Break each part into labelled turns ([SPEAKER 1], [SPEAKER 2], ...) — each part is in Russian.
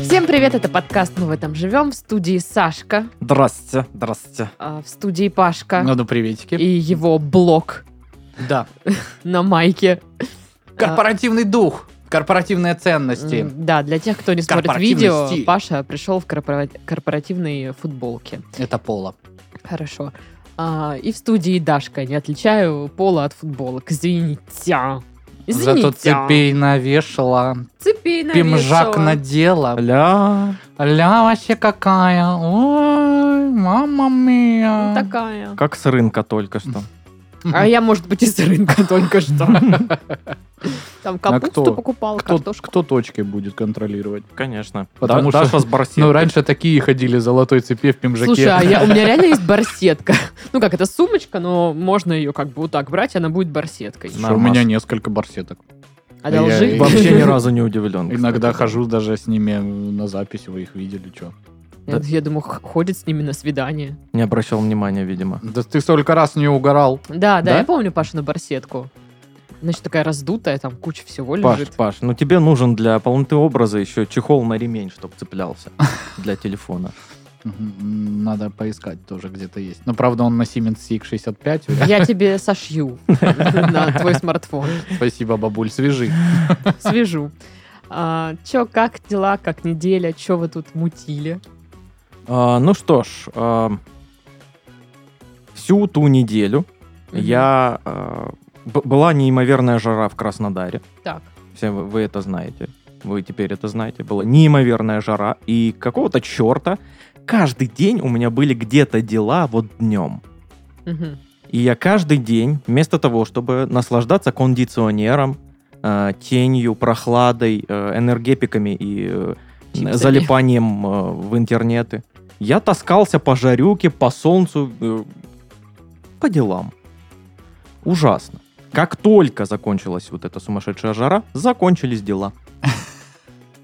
[SPEAKER 1] Всем привет, это подкаст «Мы в этом живем» в студии Сашка,
[SPEAKER 2] Здрасте, здрасте.
[SPEAKER 1] а, в студии Пашка
[SPEAKER 3] Ну, ну, приветики.
[SPEAKER 1] и его блог
[SPEAKER 3] Да.
[SPEAKER 1] на майке.
[SPEAKER 3] Корпоративный дух, корпоративные ценности.
[SPEAKER 1] М, Да, для тех, кто не смотрит
[SPEAKER 3] Корпоративный
[SPEAKER 1] видео,
[SPEAKER 3] стиль.
[SPEAKER 1] Паша пришел в корпора- корпоративной футболке.
[SPEAKER 3] Это Пола.
[SPEAKER 1] Хорошо. А, и в студии Дашка. Не отличаю пола от футболок. Извините. Извините.
[SPEAKER 3] Зато цепей навешала,
[SPEAKER 1] Цепей
[SPEAKER 3] пимжак
[SPEAKER 1] навешала.
[SPEAKER 3] надела.
[SPEAKER 2] Ля.
[SPEAKER 3] Ля вообще какая. Ой, мама
[SPEAKER 1] Ну,
[SPEAKER 3] мия.
[SPEAKER 1] Такая.
[SPEAKER 2] Как с рынка только что.
[SPEAKER 1] А я, может быть, из рынка только что.
[SPEAKER 2] А
[SPEAKER 1] Там капусту
[SPEAKER 3] кто?
[SPEAKER 1] покупал,
[SPEAKER 3] кто,
[SPEAKER 1] картошку.
[SPEAKER 3] кто точкой будет контролировать?
[SPEAKER 2] Конечно.
[SPEAKER 3] Потому
[SPEAKER 2] Да-
[SPEAKER 3] что-
[SPEAKER 2] Даша с барсеткой.
[SPEAKER 3] Ну, раньше такие ходили золотой цепи в пимжаке.
[SPEAKER 1] Слушай, а я- у меня реально есть барсетка. Ну как, это сумочка, но можно ее как бы вот так брать, она будет барсеткой. А
[SPEAKER 3] Слушай, у меня несколько барсеток.
[SPEAKER 1] Одолжи.
[SPEAKER 3] я-
[SPEAKER 2] Вообще ни разу не удивлен. Ну, кстати.
[SPEAKER 3] Иногда хожу даже с ними э, на запись, вы их видели, что.
[SPEAKER 1] Я- Я думаю, х- ходит с ними на свидание.
[SPEAKER 2] Не обращал внимания, видимо.
[SPEAKER 3] Да ты столько раз не угорал.
[SPEAKER 1] Да, да,
[SPEAKER 3] Да?
[SPEAKER 1] я помню Пашину барсетку. Значит, такая раздутая, там куча всего
[SPEAKER 2] Паш,
[SPEAKER 1] лежит.
[SPEAKER 2] Паш, ну тебе нужен для полноты образа еще чехол на ремень, чтобы цеплялся для телефона.
[SPEAKER 3] Мгм, Надо поискать тоже где-то есть. Но правда он на Siemens CX65. вряд ли.
[SPEAKER 1] Я тебе сошью на твой смартфон.
[SPEAKER 3] Спасибо, бабуль, свежи.
[SPEAKER 1] Свяжу. А, Чё, как дела, как неделя, чё вы тут мутили?
[SPEAKER 2] А, ну что ж, а, всю ту неделю
[SPEAKER 1] Мгм.
[SPEAKER 2] я... а, б- была неимоверная жара в Краснодаре.
[SPEAKER 1] Так.
[SPEAKER 2] Все вы, вы это знаете. Вы теперь это знаете. Была неимоверная жара. И какого-то черта каждый день у меня были где-то дела вот днем.
[SPEAKER 1] мгм.
[SPEAKER 2] И я каждый день, вместо того, чтобы наслаждаться кондиционером, э, тенью, прохладой, э, энергетиками и э,
[SPEAKER 1] Чипсами.
[SPEAKER 2] залипанием э, в интернеты, я таскался по жарюке, по солнцу, э, по делам. Ужасно. Как только закончилась вот эта сумасшедшая жара, закончились дела.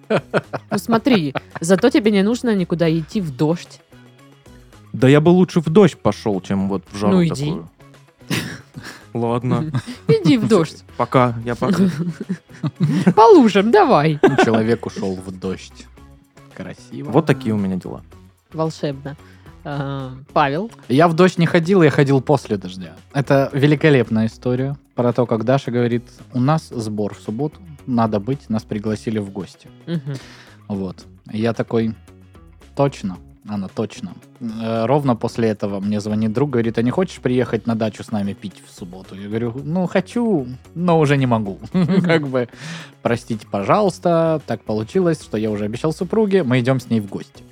[SPEAKER 1] Ну смотри, зато тебе не нужно никуда идти в дождь.
[SPEAKER 2] Да я бы лучше в дождь пошел, чем вот в жару
[SPEAKER 1] Ну, иди.
[SPEAKER 2] такую. Ладно,
[SPEAKER 1] Иди в дождь.
[SPEAKER 2] пока, я пока.
[SPEAKER 1] По лужам, давай.
[SPEAKER 3] Человек ушел в дождь. Красиво.
[SPEAKER 2] Вот такие у меня дела.
[SPEAKER 1] Волшебно. А, Павел.
[SPEAKER 3] Я в дождь не ходил, я ходил после дождя. Это великолепная история про то, как Даша говорит, у нас сбор в субботу, надо быть, нас пригласили в гости.
[SPEAKER 1] Мгм.
[SPEAKER 3] Вот. Я такой, точно, она точно. Э, Ровно после этого мне звонит друг, говорит, а не хочешь приехать на дачу с нами пить в субботу? Я говорю, ну, хочу, но уже не могу. Как бы, простите, пожалуйста, так получилось, что я уже обещал супруге, мы идем с ней в гости.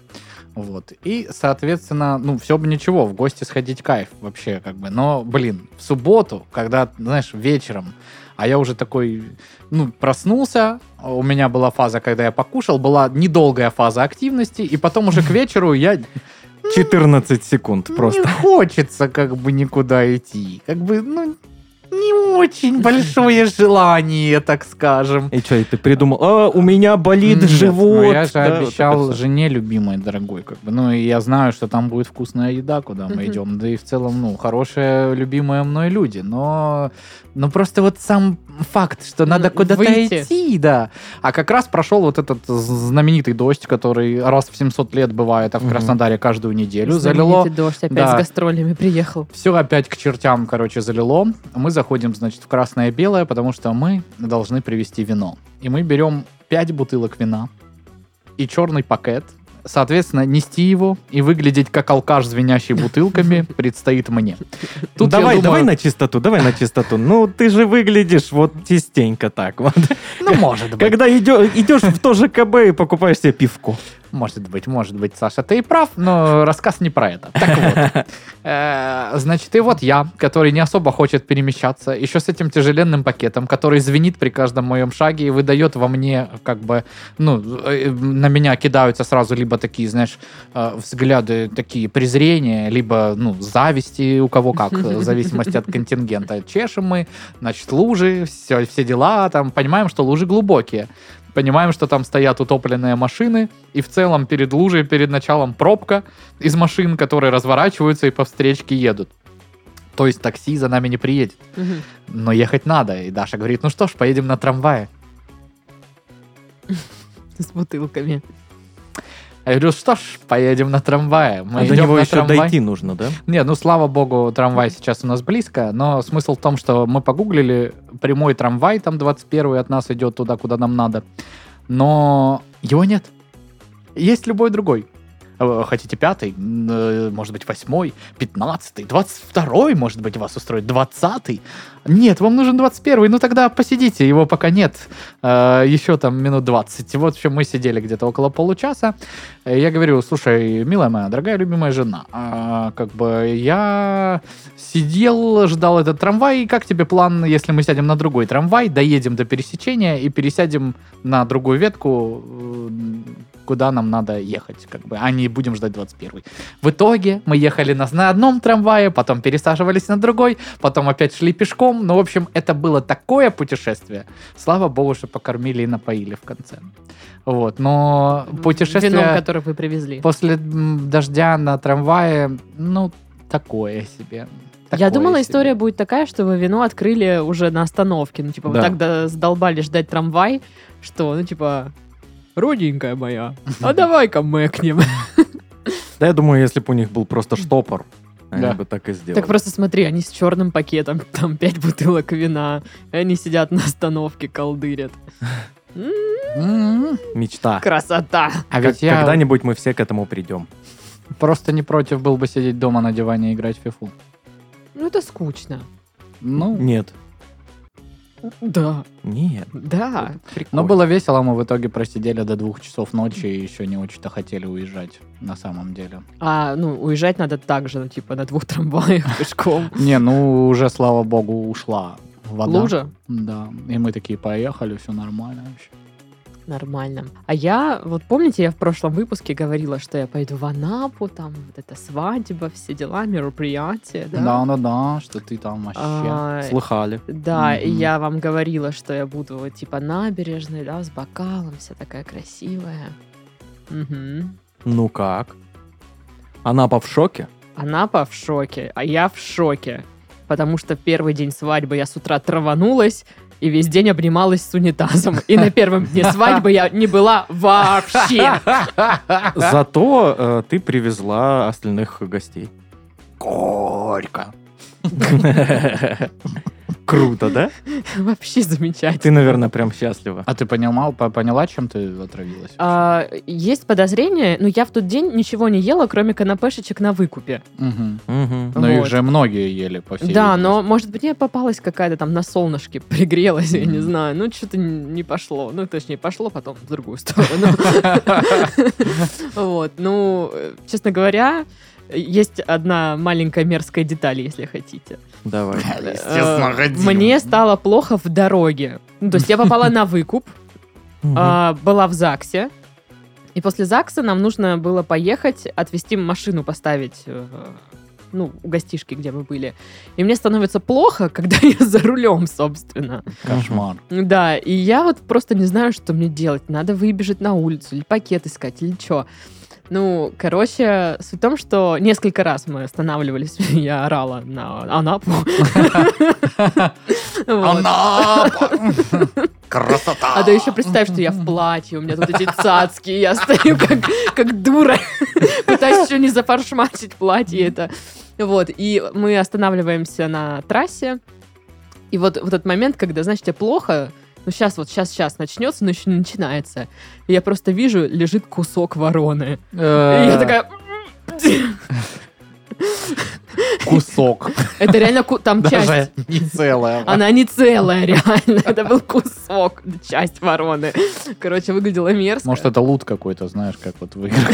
[SPEAKER 3] Вот. И, соответственно, ну, все бы ничего, в гости сходить кайф вообще, как бы. Но, блин, в субботу, когда, знаешь, вечером, а я уже такой, ну, проснулся, а у меня была фаза, когда я покушал, была недолгая фаза активности, и потом уже к вечеру я
[SPEAKER 2] 14 секунд
[SPEAKER 3] не
[SPEAKER 2] просто.
[SPEAKER 3] хочется как бы никуда идти. Как бы, ну, не очень большое желание, так скажем.
[SPEAKER 2] И что, и ты придумал, а, у меня болит
[SPEAKER 3] Нет,
[SPEAKER 2] живот.
[SPEAKER 3] ну я же
[SPEAKER 2] Да, вот
[SPEAKER 3] обещал
[SPEAKER 2] это всё.
[SPEAKER 3] жене любимой, дорогой, как бы. Ну, и я знаю, что там будет вкусная еда, куда мы
[SPEAKER 1] Мгм.
[SPEAKER 3] идем. Да и в целом, ну, хорошие, любимые мной люди. Но, но просто вот сам факт, что надо
[SPEAKER 1] Ну,
[SPEAKER 3] куда-то
[SPEAKER 1] выйти.
[SPEAKER 3] идти, да. А как раз прошел вот этот з- знаменитый дождь, который раз в 700 лет бывает, а в
[SPEAKER 2] Мгм.
[SPEAKER 3] Краснодаре каждую неделю залило.
[SPEAKER 1] Знаменитый дождь опять
[SPEAKER 3] да.
[SPEAKER 1] с гастролями приехал.
[SPEAKER 3] Все опять к чертям, короче, залило. Мы заходим, значит, в красное-белое, потому что мы должны привезти вино. И мы берем 5 бутылок вина и черный пакет. Соответственно, нести его и выглядеть как алкаш, звенящий бутылками, предстоит мне.
[SPEAKER 2] Ну,
[SPEAKER 3] Тут я
[SPEAKER 2] давай, давай
[SPEAKER 3] думаю,
[SPEAKER 2] на чистоту, давай на чистоту. Ну, ты же выглядишь вот тестенько так. вот.
[SPEAKER 3] Ну, может быть.
[SPEAKER 2] Когда идешь, идешь в то же КБ и покупаешь себе пивку.
[SPEAKER 3] Может быть, может быть, Саша, ты и прав, но рассказ не про это. Так вот. Э, Значит, и вот я, который не особо хочет перемещаться, еще с этим тяжеленным пакетом, который звенит при каждом моем шаге и выдает во мне, как бы, ну, э, на меня кидаются сразу либо такие, знаешь, э, взгляды, такие презрения, либо, ну, зависти у кого как, э, в зависимости от контингента. Чешем мы, значит, лужи, все, все дела, там, понимаем, что лужи глубокие. Понимаем, что там стоят утопленные машины, и в целом перед лужей, перед началом пробка из машин, которые разворачиваются и по встречке едут. То есть такси за нами не приедет.
[SPEAKER 1] Мгм.
[SPEAKER 3] Но ехать надо. И Даша говорит, ну что ж, поедем на трамвае.
[SPEAKER 1] С бутылками.
[SPEAKER 3] А я говорю, что ж, поедем на трамвае. Мы
[SPEAKER 2] а до
[SPEAKER 3] идем
[SPEAKER 2] него
[SPEAKER 3] на
[SPEAKER 2] еще
[SPEAKER 3] трамвай.
[SPEAKER 2] дойти нужно, да?
[SPEAKER 3] Не, ну слава богу, трамвай сейчас у нас близко, но смысл в том, что мы погуглили прямой трамвай, там 21 от нас идет туда, куда нам надо, но его нет. Есть любой другой. Э, Хотите пятый, М, э, может быть восьмой, пятнадцатый, двадцать второй, может быть, вас устроит, двадцатый. Нет, вам нужен двадцать первый, ну тогда посидите, его пока нет. Э, Еще там минут двадцать. Вот в чем мы сидели где-то около получаса, Э, Я говорю, слушай, милая моя, дорогая любимая жена, а, как бы я сидел, ждал этот трамвай, как тебе план, если мы сядем на другой трамвай, доедем до пересечения и пересядем на другую ветку, э, куда нам надо ехать, как бы, а не будем ждать 21 В итоге мы ехали на, на одном трамвае, потом пересаживались на другой, потом опять шли пешком, ну, в общем, это было такое путешествие. Слава богу, что покормили и напоили в конце. Вот, но путешествие...
[SPEAKER 1] Вином, которое вы привезли.
[SPEAKER 3] После м, дождя на трамвае, ну, такое себе.
[SPEAKER 1] Я
[SPEAKER 3] Такое
[SPEAKER 1] думала,
[SPEAKER 3] себе.
[SPEAKER 1] история будет такая, что вы вино открыли уже на остановке. Ну, типа, вы
[SPEAKER 2] Да.
[SPEAKER 1] так до- задолбали ждать трамвай, что, ну, типа, родненькая моя, а давай-ка мы к ним.
[SPEAKER 2] Да, я думаю, если бы у них был просто штопор,
[SPEAKER 3] Да.
[SPEAKER 2] они бы так и сделали.
[SPEAKER 1] Так просто смотри, они с черным пакетом, там пять бутылок вина, и они сидят на остановке, колдырят. М,
[SPEAKER 3] М-м.
[SPEAKER 2] Мечта.
[SPEAKER 1] Красота!
[SPEAKER 3] А
[SPEAKER 2] Как-
[SPEAKER 3] ведь я
[SPEAKER 2] Когда-нибудь мы все к этому придем.
[SPEAKER 3] просто не против был бы сидеть дома на диване и играть в фифу.
[SPEAKER 1] Ну, это скучно.
[SPEAKER 3] Ну,
[SPEAKER 2] Нет.
[SPEAKER 1] Да,
[SPEAKER 2] Нет.
[SPEAKER 1] да.
[SPEAKER 3] но было весело, мы в итоге просидели до двух часов ночи и еще не очень-то хотели уезжать, на самом деле.
[SPEAKER 1] А, ну, уезжать надо так же, ну, типа, на двух трамваях пешком.
[SPEAKER 3] Не, ну, уже, слава богу, ушла вода.
[SPEAKER 1] Лужа?
[SPEAKER 3] Да, и мы такие поехали, все нормально вообще.
[SPEAKER 1] Нормально. А я, вот помните, я в прошлом выпуске говорила, что я пойду в Анапу, там вот эта свадьба, все дела, мероприятия, да?
[SPEAKER 3] Да, да, да, что ты там вообще.
[SPEAKER 1] А,
[SPEAKER 2] Слыхали.
[SPEAKER 1] Да, и
[SPEAKER 3] Мгм.
[SPEAKER 1] я вам говорила, что я буду вот типа набережной, да, с бокалом, вся такая красивая. Мгм.
[SPEAKER 2] Ну как? Анапа в шоке?
[SPEAKER 1] Анапа в шоке, а я в шоке. Потому что первый день свадьбы я с утра траванулась и весь день обнималась с унитазом. И на первом дне свадьбы я не была вообще.
[SPEAKER 2] Зато э, ты привезла остальных гостей.
[SPEAKER 3] Горько.
[SPEAKER 2] Круто, да?
[SPEAKER 1] Вообще замечательно.
[SPEAKER 2] Ты, наверное, прям счастлива.
[SPEAKER 3] А ты понимал, по- поняла, чем ты отравилась?
[SPEAKER 1] А, есть подозрение, но я в тот день ничего не ела, кроме канапешечек на выкупе.
[SPEAKER 3] Мгм.
[SPEAKER 2] Мгм.
[SPEAKER 3] Но их
[SPEAKER 1] Вот.
[SPEAKER 3] же многие ели, по всей
[SPEAKER 1] да,
[SPEAKER 3] видимости.
[SPEAKER 1] но, может быть, мне попалась какая-то там на солнышке, пригрелась, я не
[SPEAKER 3] Мгм.
[SPEAKER 1] знаю. Ну, что-то не пошло. Ну, точнее, пошло потом в другую сторону. Вот, ну, э, честно говоря, есть одна маленькая мерзкая деталь, если хотите.
[SPEAKER 2] Давай.
[SPEAKER 1] Э, Мне стало плохо в дороге. Ну, то есть я попала на выкуп,
[SPEAKER 2] Мгм.
[SPEAKER 1] а, была в ЗАГСе. И после ЗАГСа нам нужно было поехать, отвезти машину, поставить э, ну, у гостишки, где мы были. И мне становится плохо, когда я за рулем, собственно.
[SPEAKER 3] Кошмар.
[SPEAKER 1] Да, и я вот просто не знаю, что мне делать. Надо выбежать на улицу, или пакет искать, или что. Ну, короче, суть в том, что несколько раз мы останавливались, я орала на Анапу. Вот.
[SPEAKER 3] Красота!
[SPEAKER 1] А да еще представь, что я в платье, у меня тут эти цацки, и я стою как, как дура, пытаюсь еще не зафаршмачить платье это. Вот, и мы останавливаемся на трассе, и вот в этот момент, когда, знаешь, тебе плохо, ну сейчас вот, сейчас, сейчас начнется, но еще не начинается. И я просто вижу, лежит кусок вороны. И
[SPEAKER 3] Э,
[SPEAKER 1] я такая,
[SPEAKER 3] Кусок.
[SPEAKER 1] это реально, ку- там часть.
[SPEAKER 3] Даже не целая.
[SPEAKER 1] Она не целая, реально. Это был кусок, часть вороны. Короче, выглядела мерзко.
[SPEAKER 3] Может, это лут какой-то, знаешь, как вот в играх.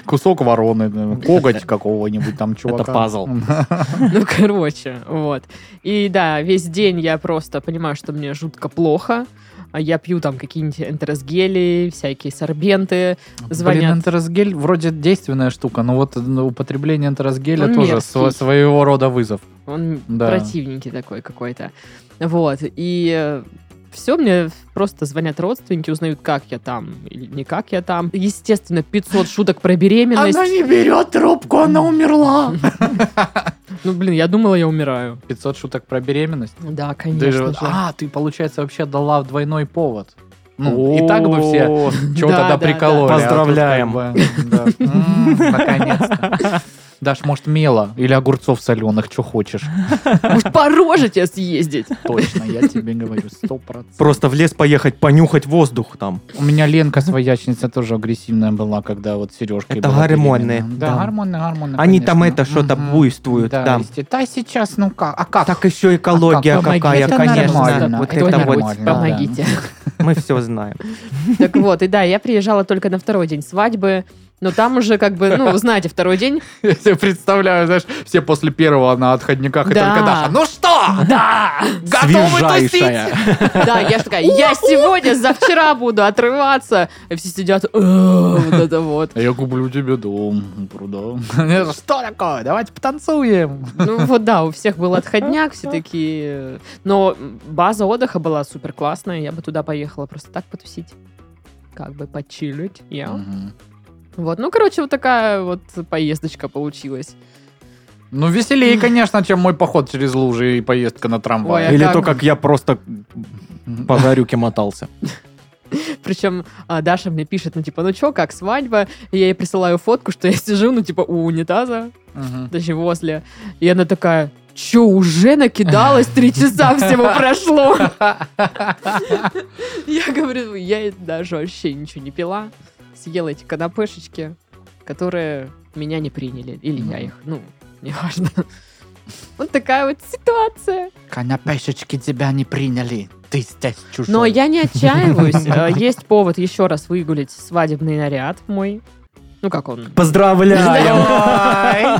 [SPEAKER 3] Кусок вороны, ну, коготь какого-нибудь там чувака.
[SPEAKER 2] пазл.
[SPEAKER 1] Ну, короче, вот. И да, весь день я просто понимаю, что мне жутко плохо. А Я пью там какие-нибудь энтеросгели, всякие сорбенты. Звонят.
[SPEAKER 3] Блин, энтеросгель вроде действенная штука, но вот ну, употребление энтеросгеля
[SPEAKER 1] Он
[SPEAKER 3] тоже
[SPEAKER 1] мерзкий.
[SPEAKER 3] сво- своего рода вызов.
[SPEAKER 1] Он
[SPEAKER 3] Да.
[SPEAKER 1] противненький такой какой-то. Вот. И э, все, мне просто звонят родственники, узнают, как я там или не как я там. Естественно, 500 шуток про беременность.
[SPEAKER 3] не берет трубку, она умерла.
[SPEAKER 1] Ну, блин, я думала, я умираю.
[SPEAKER 3] 500 шуток про беременность.
[SPEAKER 1] Да,
[SPEAKER 3] Ты же
[SPEAKER 1] конечно
[SPEAKER 3] вот-
[SPEAKER 1] же.
[SPEAKER 3] А, ты, получается, вообще дала в двойной повод. Ну, и так бы все
[SPEAKER 2] О,
[SPEAKER 3] чего-то
[SPEAKER 1] Да, да,
[SPEAKER 3] да, прикололи.
[SPEAKER 2] да. Поздравляем.
[SPEAKER 3] А тут как бы, да. М, Наконец-то. Даш, может, мела или огурцов соленых, что хочешь.
[SPEAKER 1] Может, по роже тебя съездить?
[SPEAKER 3] Точно, я тебе говорю, сто процентов.
[SPEAKER 2] Просто в лес поехать, понюхать воздух там.
[SPEAKER 3] У меня Ленка своячница тоже агрессивная была, когда вот Сережка.
[SPEAKER 2] Это гормоны,
[SPEAKER 3] Да,
[SPEAKER 2] да.
[SPEAKER 3] гормоны, гормоны.
[SPEAKER 2] Они там
[SPEAKER 3] конечно.
[SPEAKER 2] это что-то
[SPEAKER 3] Мгм.
[SPEAKER 2] буйствуют.
[SPEAKER 3] Да,
[SPEAKER 2] там.
[SPEAKER 3] естественно. Да, сейчас, ну как, а как?
[SPEAKER 2] Так еще экология
[SPEAKER 3] А как?
[SPEAKER 2] какая,
[SPEAKER 3] Помогите,
[SPEAKER 2] конечно.
[SPEAKER 3] нормально.
[SPEAKER 2] Вот
[SPEAKER 3] Это
[SPEAKER 2] это вот.
[SPEAKER 3] нормально.
[SPEAKER 1] Кто-нибудь
[SPEAKER 3] да.
[SPEAKER 1] Помогите.
[SPEAKER 2] Мы все знаем.
[SPEAKER 1] Так вот, и да, я приезжала только на второй день свадьбы, но там уже как бы, ну, знаете, второй день.
[SPEAKER 3] Я себе представляю, знаешь, все после первого на отходниках и
[SPEAKER 1] Да.
[SPEAKER 3] только Даша. Ну что?
[SPEAKER 1] Да!
[SPEAKER 3] Готовы
[SPEAKER 2] Свежайшая.
[SPEAKER 3] тусить?
[SPEAKER 1] Да, я же такая, я сегодня, завчера буду отрываться. И все сидят, «Э, вот это вот.
[SPEAKER 3] А Я куплю тебе дом, продам. Что такое? Давайте потанцуем.
[SPEAKER 1] Ну вот да, у всех был отходняк, все такие. Но база отдыха была супер классная, я бы туда поехала просто так потусить. Как бы почилить. Я.
[SPEAKER 3] Мгм.
[SPEAKER 1] Вот, ну, короче, вот такая вот поездочка получилась.
[SPEAKER 3] Ну, веселее, конечно, чем мой поход через лужи и поездка на
[SPEAKER 1] Ой,
[SPEAKER 3] трамвае.
[SPEAKER 1] а
[SPEAKER 2] Или
[SPEAKER 1] как?
[SPEAKER 2] то, как я просто по зарюке мотался.
[SPEAKER 1] Причем а, Даша мне пишет, ну, типа, ну чё, как свадьба? И я ей присылаю фотку, что я сижу, ну, типа, у унитаза,
[SPEAKER 3] Мгм.
[SPEAKER 1] точнее, возле. И она такая, чё, уже накидалась? Три часа всего прошло. Я говорю, я даже вообще ничего не пила. Съела эти канапешечки, которые меня не приняли. Или я их, ну, неважно. Вот такая вот ситуация.
[SPEAKER 3] Канапешечки тебя не приняли. Ты здесь чужой.
[SPEAKER 1] Но я не отчаиваюсь. Э, Есть повод еще раз выгулить свадебный наряд мой. Ну, как он?
[SPEAKER 2] Поздравляю!
[SPEAKER 3] Ой.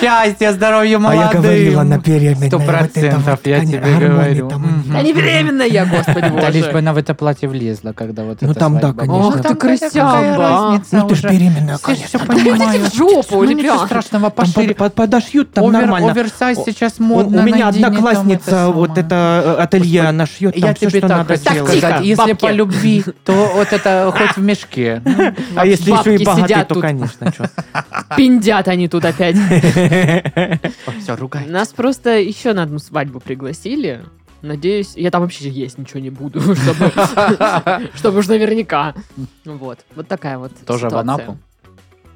[SPEAKER 3] Счастья, здоровья,
[SPEAKER 2] А
[SPEAKER 3] молодым.
[SPEAKER 2] я говорила на беременной.
[SPEAKER 3] Сто
[SPEAKER 2] вот это
[SPEAKER 3] процентов,
[SPEAKER 2] вот,
[SPEAKER 3] я
[SPEAKER 2] кон-
[SPEAKER 3] тебе
[SPEAKER 2] гормоны
[SPEAKER 3] говорю.
[SPEAKER 2] там.
[SPEAKER 3] Мгм.
[SPEAKER 1] Да не беременная я, господи
[SPEAKER 3] Да лишь бы
[SPEAKER 1] боже.
[SPEAKER 3] она в это платье влезла, когда вот
[SPEAKER 2] Ну
[SPEAKER 3] эта
[SPEAKER 2] там, да,
[SPEAKER 3] свадьба
[SPEAKER 2] конечно.
[SPEAKER 3] была.
[SPEAKER 2] Ох, ты
[SPEAKER 3] Там
[SPEAKER 1] крысяба.
[SPEAKER 3] какая разница
[SPEAKER 2] Ну ты ж
[SPEAKER 3] уже?
[SPEAKER 2] беременная,
[SPEAKER 3] Все
[SPEAKER 2] конечно.
[SPEAKER 3] все понимаю.
[SPEAKER 1] в жопу,
[SPEAKER 3] Ну, ничего
[SPEAKER 1] ребят.
[SPEAKER 3] страшного,
[SPEAKER 2] Там
[SPEAKER 3] пошире.
[SPEAKER 2] под- подошьют, там
[SPEAKER 3] Овер-
[SPEAKER 2] нормально.
[SPEAKER 3] Оверсайз
[SPEAKER 2] О,
[SPEAKER 3] сейчас
[SPEAKER 2] У-
[SPEAKER 3] модно.
[SPEAKER 2] У меня
[SPEAKER 3] надень, там
[SPEAKER 2] одноклассница,
[SPEAKER 3] это
[SPEAKER 2] вот
[SPEAKER 3] самое.
[SPEAKER 2] это э, ателье, она шьет
[SPEAKER 3] Я
[SPEAKER 2] там все,
[SPEAKER 3] тебе
[SPEAKER 2] что
[SPEAKER 3] так
[SPEAKER 2] надо
[SPEAKER 3] хочу
[SPEAKER 1] тихо,
[SPEAKER 2] сделать.
[SPEAKER 3] сказать,
[SPEAKER 1] бабки.
[SPEAKER 3] если по любви, то вот это хоть в мешке.
[SPEAKER 2] А если еще и
[SPEAKER 1] Бабки
[SPEAKER 2] богатый,
[SPEAKER 1] сидят
[SPEAKER 2] то,
[SPEAKER 1] тут.
[SPEAKER 2] конечно, что.
[SPEAKER 1] Пиндят они тут опять.
[SPEAKER 3] Все, ругай.
[SPEAKER 1] Нас просто еще на одну свадьбу пригласили. Надеюсь, я там вообще есть ничего не буду, чтобы, чтобы уж наверняка. Вот, вот такая вот
[SPEAKER 3] Тоже в
[SPEAKER 1] ситуация.
[SPEAKER 3] Анапу?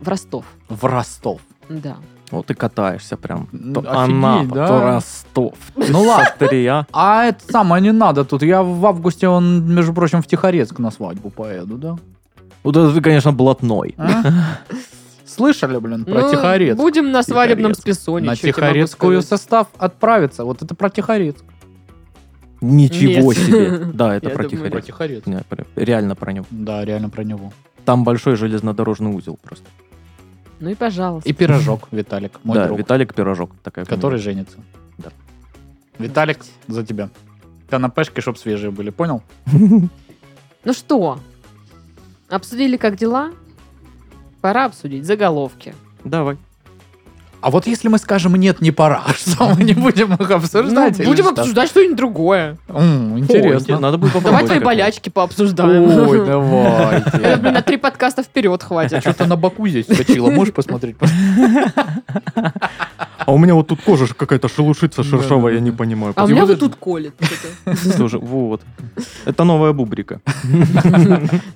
[SPEAKER 1] В Ростов,
[SPEAKER 3] В Ростов.
[SPEAKER 1] да.
[SPEAKER 2] Вот ты катаешься прям.
[SPEAKER 3] Ну,
[SPEAKER 2] То
[SPEAKER 3] офигеть,
[SPEAKER 2] Анапа,
[SPEAKER 3] да.
[SPEAKER 2] то Ростов.
[SPEAKER 3] Ну ладно.
[SPEAKER 2] Смотри, а.
[SPEAKER 3] А это самое не надо тут. Я в августе, он, между прочим, в Тихорецк на свадьбу поеду, да?
[SPEAKER 2] Вот это ты, конечно, блатной.
[SPEAKER 3] А? Слышали, блин, про
[SPEAKER 1] Ну,
[SPEAKER 3] Тихорецк?
[SPEAKER 1] Будем на свадебном списоне.
[SPEAKER 3] На
[SPEAKER 1] чё я тебе могу
[SPEAKER 3] Тихорецкую
[SPEAKER 1] сказать.
[SPEAKER 3] состав отправится. Вот это про Тихорецк.
[SPEAKER 2] Ничего
[SPEAKER 1] Нет.
[SPEAKER 2] себе. Да, это
[SPEAKER 1] Я
[SPEAKER 2] про
[SPEAKER 1] думаю,
[SPEAKER 2] Тихорецк.
[SPEAKER 1] про
[SPEAKER 3] Тихорецк.
[SPEAKER 2] Не, про- Реально про него.
[SPEAKER 3] Да, реально про него.
[SPEAKER 2] Там большой железнодорожный узел просто.
[SPEAKER 1] Ну и пожалуйста.
[SPEAKER 3] И пирожок, Виталик, мой
[SPEAKER 2] да,
[SPEAKER 3] друг,
[SPEAKER 2] Виталик Пирожок. Такая
[SPEAKER 3] который женится.
[SPEAKER 2] Да.
[SPEAKER 3] Виталик, за тебя. Канапешки, чтоб свежие были, понял?
[SPEAKER 2] фамилия.
[SPEAKER 1] Ну что, обсудили как дела? Пора обсудить заголовки.
[SPEAKER 2] Давай.
[SPEAKER 3] А вот если мы скажем «нет, не пора», что мы не будем их обсуждать?
[SPEAKER 1] Ну,
[SPEAKER 3] или
[SPEAKER 1] будем
[SPEAKER 3] что?
[SPEAKER 1] обсуждать что-нибудь другое.
[SPEAKER 3] М,
[SPEAKER 2] О, инте-
[SPEAKER 3] Интересно.
[SPEAKER 2] Надо будет
[SPEAKER 1] Давай
[SPEAKER 2] попробовать
[SPEAKER 1] твои
[SPEAKER 2] как-нибудь.
[SPEAKER 1] болячки пообсуждаем.
[SPEAKER 3] Ой,
[SPEAKER 1] Это, блин, на
[SPEAKER 3] давайте.
[SPEAKER 1] три подкаста вперед хватит.
[SPEAKER 3] Что-то на боку здесь точило, можешь посмотреть?
[SPEAKER 2] А у меня вот тут кожа ж какая-то шелушится шершавая, я не понимаю.
[SPEAKER 1] А у
[SPEAKER 2] почему.
[SPEAKER 1] меня
[SPEAKER 3] вот
[SPEAKER 1] вот
[SPEAKER 3] это-
[SPEAKER 1] тут колет. что-то.
[SPEAKER 2] Тоже, вот. Это новая бубрика.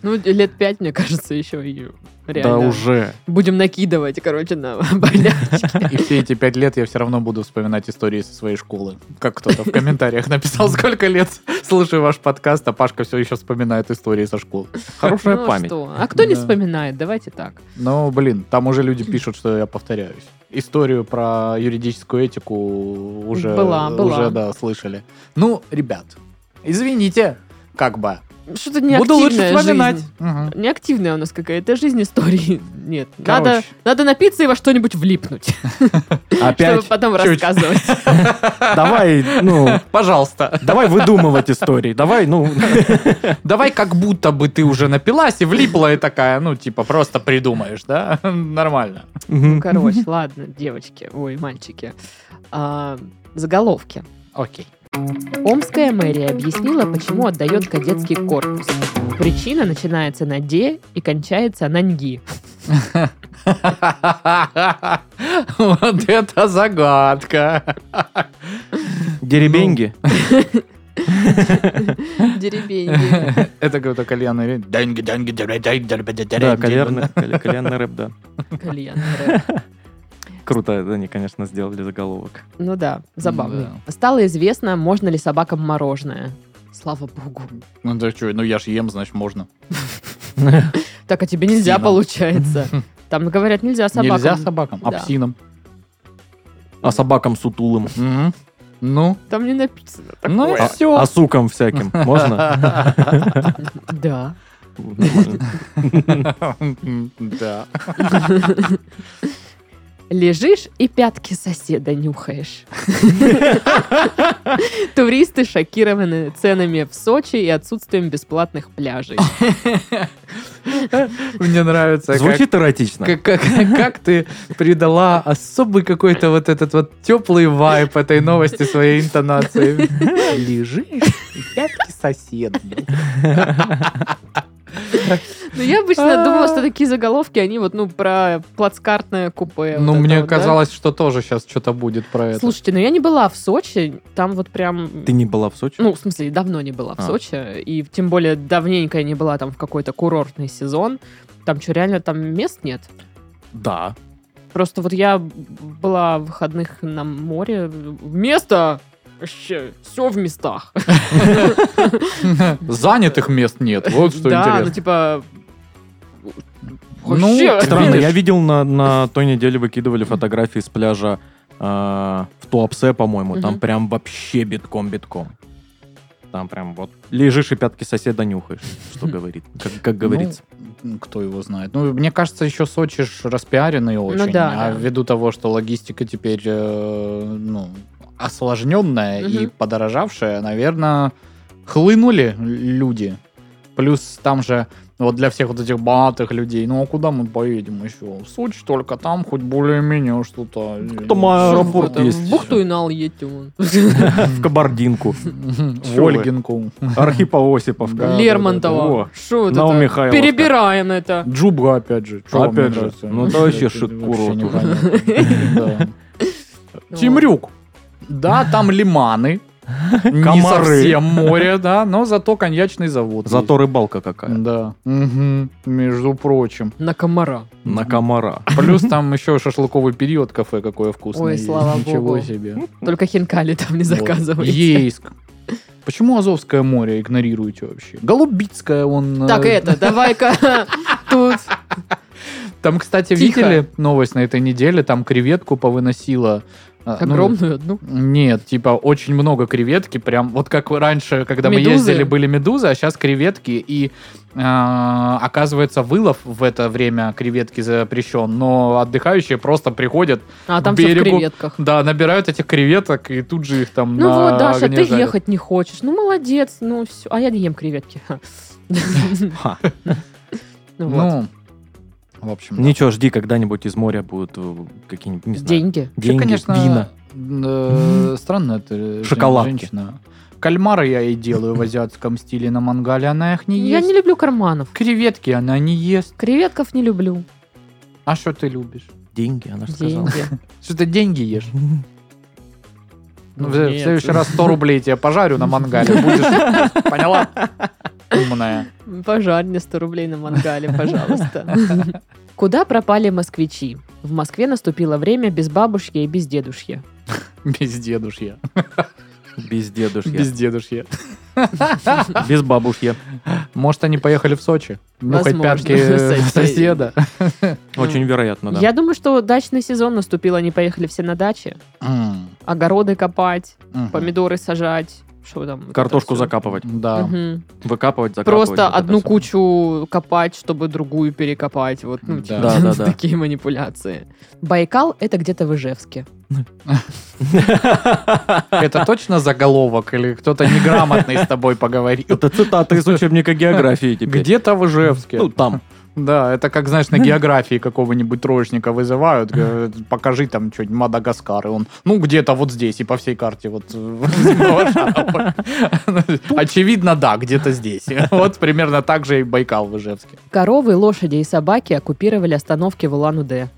[SPEAKER 1] Ну, лет пять, мне кажется, еще и
[SPEAKER 2] Да
[SPEAKER 1] реально.
[SPEAKER 2] уже.
[SPEAKER 1] Будем накидывать, короче, на болячки.
[SPEAKER 3] И все эти пять лет я все равно буду вспоминать истории со своей школы. Как кто-то в комментариях написал, сколько лет слушаю ваш подкаст, а Пашка все еще вспоминает истории со школы.
[SPEAKER 2] Хорошая
[SPEAKER 1] Ну
[SPEAKER 2] память.
[SPEAKER 1] что, а кто не
[SPEAKER 3] Да.
[SPEAKER 1] вспоминает, давайте так.
[SPEAKER 3] Но, блин, там уже люди пишут, что я повторяюсь. Историю про юридическую этику уже,
[SPEAKER 1] Была, была.
[SPEAKER 3] уже да, слышали. Ну, ребят, извините, как бы.
[SPEAKER 1] Что-то неактивная жизнь.
[SPEAKER 3] Мгм.
[SPEAKER 1] Неактивная у нас какая-то жизнь истории. Нет, надо,
[SPEAKER 3] Короче.
[SPEAKER 1] надо напиться и во что-нибудь влипнуть, чтобы
[SPEAKER 2] Опять.
[SPEAKER 1] потом
[SPEAKER 3] Чуть.
[SPEAKER 1] рассказывать.
[SPEAKER 2] Давай, ну,
[SPEAKER 3] Пожалуйста,
[SPEAKER 2] давай выдумывать истории. Давай, ну,
[SPEAKER 3] давай как будто бы ты уже напилась и влипла, и такая, ну, типа, просто придумаешь, да? Нормально.
[SPEAKER 1] Ну, короче, ладно, девочки, ой, мальчики. А, Заголовки.
[SPEAKER 3] Окей.
[SPEAKER 1] Омская мэрия объяснила, почему отдает кадетский корпус. Причина начинается на «де» и кончается на «ньги».
[SPEAKER 3] Вот это загадка.
[SPEAKER 2] Деребеньги.
[SPEAKER 1] Деребенье.
[SPEAKER 3] Это какой-то кальянный рей- Деньги, деньги, дерей, дерей, дерей, дерей,
[SPEAKER 2] Да,
[SPEAKER 3] дерей.
[SPEAKER 2] кальянный каль- кальянный рэп, да.
[SPEAKER 1] Кальян, да.
[SPEAKER 2] Круто они, конечно, сделали заголовок.
[SPEAKER 1] Ну да, забавный.
[SPEAKER 3] Да.
[SPEAKER 1] Стало известно, можно ли собакам мороженое. Слава богу.
[SPEAKER 3] Ну да что, ну я ж ем, значит, можно.
[SPEAKER 1] Так, а тебе нельзя,
[SPEAKER 3] Псина.
[SPEAKER 1] получается. Там говорят, нельзя собакам.
[SPEAKER 3] Нельзя собакам, а
[SPEAKER 1] Да.
[SPEAKER 3] псинам.
[SPEAKER 2] А собакам сутулым.
[SPEAKER 3] Мгм. Ну,
[SPEAKER 1] Там не написано.
[SPEAKER 3] ну
[SPEAKER 1] такое.
[SPEAKER 3] и все.
[SPEAKER 2] А сукам всяким. Можно?
[SPEAKER 1] Да.
[SPEAKER 2] Нормально.
[SPEAKER 3] Да.
[SPEAKER 1] Лежишь и пятки соседа нюхаешь. Туристы шокированы ценами в Сочи и отсутствием бесплатных пляжей.
[SPEAKER 3] Мне нравится, как-
[SPEAKER 2] Звучит эротично.
[SPEAKER 3] как, как, как ты придала особый какой-то вот этот вот теплый вайп этой новости своей интонации. Лежишь и пятки соседа.
[SPEAKER 1] Ну, я обычно думала, что такие заголовки, они вот, ну, про плацкартное купе.
[SPEAKER 3] Ну,
[SPEAKER 1] вот это
[SPEAKER 3] мне
[SPEAKER 1] вот, да.
[SPEAKER 3] казалось, что тоже сейчас что-то будет про это.
[SPEAKER 1] Слушайте, ну я не была в Сочи, там вот прям...
[SPEAKER 2] Ты не была в Сочи?
[SPEAKER 1] Ну, в смысле, давно не была в
[SPEAKER 2] А.
[SPEAKER 1] Сочи, и тем более давненько я не была там в какой-то курортный сезон. Там что, реально там мест нет?
[SPEAKER 3] да.
[SPEAKER 1] Просто вот я была в выходных на море. Место! Вообще, все в местах.
[SPEAKER 3] Занятых мест нет, вот что
[SPEAKER 1] да, ну
[SPEAKER 3] интересно.
[SPEAKER 1] типа...
[SPEAKER 3] Ну,
[SPEAKER 1] вообще,
[SPEAKER 2] Странно,
[SPEAKER 1] видишь?
[SPEAKER 2] я видел на, на той неделе выкидывали фотографии с пляжа э, в Туапсе, по-моему. Там
[SPEAKER 1] Мгм.
[SPEAKER 2] прям вообще битком-битком. Там прям вот лежишь и пятки соседа нюхаешь, что
[SPEAKER 1] Хм.
[SPEAKER 2] говорит, как, как говорится.
[SPEAKER 3] Ну, кто его знает. Ну, мне кажется, еще Сочи ж распиаренный очень.
[SPEAKER 1] Ну да,
[SPEAKER 3] а
[SPEAKER 1] да.
[SPEAKER 3] ввиду того, что логистика теперь, э, ну, осложненная и
[SPEAKER 1] Мгм.
[SPEAKER 3] подорожавшая, наверное, хлынули люди. Плюс там же вот для всех вот этих богатых людей, ну а куда мы поедем еще? В Сочи только там хоть более-менее что-то. Ну,
[SPEAKER 2] Там А, аэропорт
[SPEAKER 1] Там
[SPEAKER 2] есть.
[SPEAKER 1] В Бухтуйнал едем.
[SPEAKER 2] В кабардинку.
[SPEAKER 3] В Ольгинку.
[SPEAKER 2] Архипа Осипов.
[SPEAKER 3] Да,
[SPEAKER 1] Лермонтова. Что это?
[SPEAKER 2] Наум
[SPEAKER 1] так?
[SPEAKER 2] Михайловка.
[SPEAKER 1] Перебираем это.
[SPEAKER 3] Джубга, опять же. Чё вам
[SPEAKER 2] Опять
[SPEAKER 3] не
[SPEAKER 2] же.
[SPEAKER 3] нравится?
[SPEAKER 2] Ну, это вообще
[SPEAKER 3] Это вообще
[SPEAKER 2] шик-курорт уже.
[SPEAKER 3] непонятно. Да.
[SPEAKER 1] Вот.
[SPEAKER 3] Темрюк. Да, там лиманы. Не
[SPEAKER 2] Комары.
[SPEAKER 3] совсем море, да, но зато коньячный завод.
[SPEAKER 2] Зато рыбалка
[SPEAKER 3] есть.
[SPEAKER 2] какая.
[SPEAKER 3] Да. Мгм. Между прочим.
[SPEAKER 1] На комара.
[SPEAKER 2] На комара.
[SPEAKER 3] Плюс там еще шашлыковый период кафе какое вкусное.
[SPEAKER 1] Ой,
[SPEAKER 3] есть.
[SPEAKER 1] слава богу.
[SPEAKER 3] Ничего себе.
[SPEAKER 1] Только хинкали там не
[SPEAKER 3] Вот.
[SPEAKER 1] заказывайте.
[SPEAKER 3] Ейск. Почему Азовское море игнорируете вообще? Голубицкое он...
[SPEAKER 1] Так,
[SPEAKER 3] э,
[SPEAKER 1] это, давай-ка тут.
[SPEAKER 2] А, ну,
[SPEAKER 3] Там, кстати,
[SPEAKER 1] Тихо.
[SPEAKER 3] видели новость на этой неделе? Там креветку повыносила. э, ну,
[SPEAKER 1] Огромную одну.
[SPEAKER 3] Нет, типа очень много креветки, прям вот как раньше, когда мы
[SPEAKER 1] Медузы?
[SPEAKER 3] ездили, были медузы, а сейчас креветки и э, оказывается вылов в это время креветки запрещен, но отдыхающие просто приходят,
[SPEAKER 1] А там все в
[SPEAKER 3] берегу.
[SPEAKER 1] креветках.
[SPEAKER 3] да, набирают этих креветок и тут же их там
[SPEAKER 1] Ну
[SPEAKER 3] на
[SPEAKER 1] вот, Даша,
[SPEAKER 3] огне
[SPEAKER 1] ты
[SPEAKER 3] жарят.
[SPEAKER 1] ехать не хочешь. Ну, молодец, ну все. А я не ем креветки. Ха.
[SPEAKER 2] Ха.
[SPEAKER 1] Ну вот.
[SPEAKER 3] Ну, в общем, да.
[SPEAKER 2] Ничего, жди, когда-нибудь из моря будут э, какие-нибудь, не знаю,
[SPEAKER 1] Деньги.
[SPEAKER 3] Вообще,
[SPEAKER 2] деньги,
[SPEAKER 3] конечно,
[SPEAKER 2] вина.
[SPEAKER 3] э, Странно это. жен-
[SPEAKER 2] Шоколадки.
[SPEAKER 3] Женщина. Кальмары я и делаю в азиатском стиле на мангале, она их не
[SPEAKER 1] Я
[SPEAKER 3] ест.
[SPEAKER 1] не люблю карманов.
[SPEAKER 3] Креветки она не ест.
[SPEAKER 1] Креветков не люблю.
[SPEAKER 3] А что ты любишь?
[SPEAKER 2] Деньги, она же сказала.
[SPEAKER 1] Деньги.
[SPEAKER 3] Что ты деньги ешь? Ну, в
[SPEAKER 1] нет.
[SPEAKER 3] следующий раз 100 рублей тебе пожарю на мангале. Будешь, поняла? Умная.
[SPEAKER 1] ну, Пожарь мне 100 рублей на мангале, пожалуйста. Куда пропали москвичи? В Москве наступило время без бабушки и без дедушки.
[SPEAKER 3] Без дедушья.
[SPEAKER 2] Без дедушки.
[SPEAKER 3] Без дедушья.
[SPEAKER 2] Без бабушки.
[SPEAKER 3] Может, они поехали в Сочи? Ну, хоть
[SPEAKER 1] Возможно,
[SPEAKER 3] пятки
[SPEAKER 1] соседей.
[SPEAKER 3] соседа.
[SPEAKER 1] Ну.
[SPEAKER 2] Очень вероятно, Ну да.
[SPEAKER 1] Я думаю, что дачный сезон наступил, они поехали все на даче.
[SPEAKER 3] М,
[SPEAKER 1] Огороды копать,
[SPEAKER 3] мгм.
[SPEAKER 1] помидоры сажать. Что там? вот это
[SPEAKER 2] Картошку
[SPEAKER 1] всё.
[SPEAKER 2] закапывать.
[SPEAKER 3] Да.
[SPEAKER 1] Мгм.
[SPEAKER 2] Выкапывать, закапывать.
[SPEAKER 1] Просто
[SPEAKER 2] вот это
[SPEAKER 1] одну
[SPEAKER 2] всё.
[SPEAKER 1] кучу копать, чтобы другую перекопать. Вот, ну,
[SPEAKER 3] Да.
[SPEAKER 1] типа,
[SPEAKER 2] Да, да, да.
[SPEAKER 1] такие манипуляции. Байкал — это где-то в Ижевске.
[SPEAKER 3] Это точно заголовок? Или кто-то неграмотный с тобой поговорил?
[SPEAKER 2] Это цитата из учебника географии теперь.
[SPEAKER 3] Где-то в Ижевске.
[SPEAKER 2] Ну, там.
[SPEAKER 3] Да, это как, знаешь, на географии какого-нибудь троечника вызывают, говорят, покажи там что-нибудь Мадагаскар, и он, ну, где-то вот здесь, и по всей карте вот э, земного шара. Очевидно, да, где-то здесь. Вот примерно так же и Байкал в Ижевске.
[SPEAKER 1] Коровы, лошади и собаки оккупировали остановки в Улан-Удэ.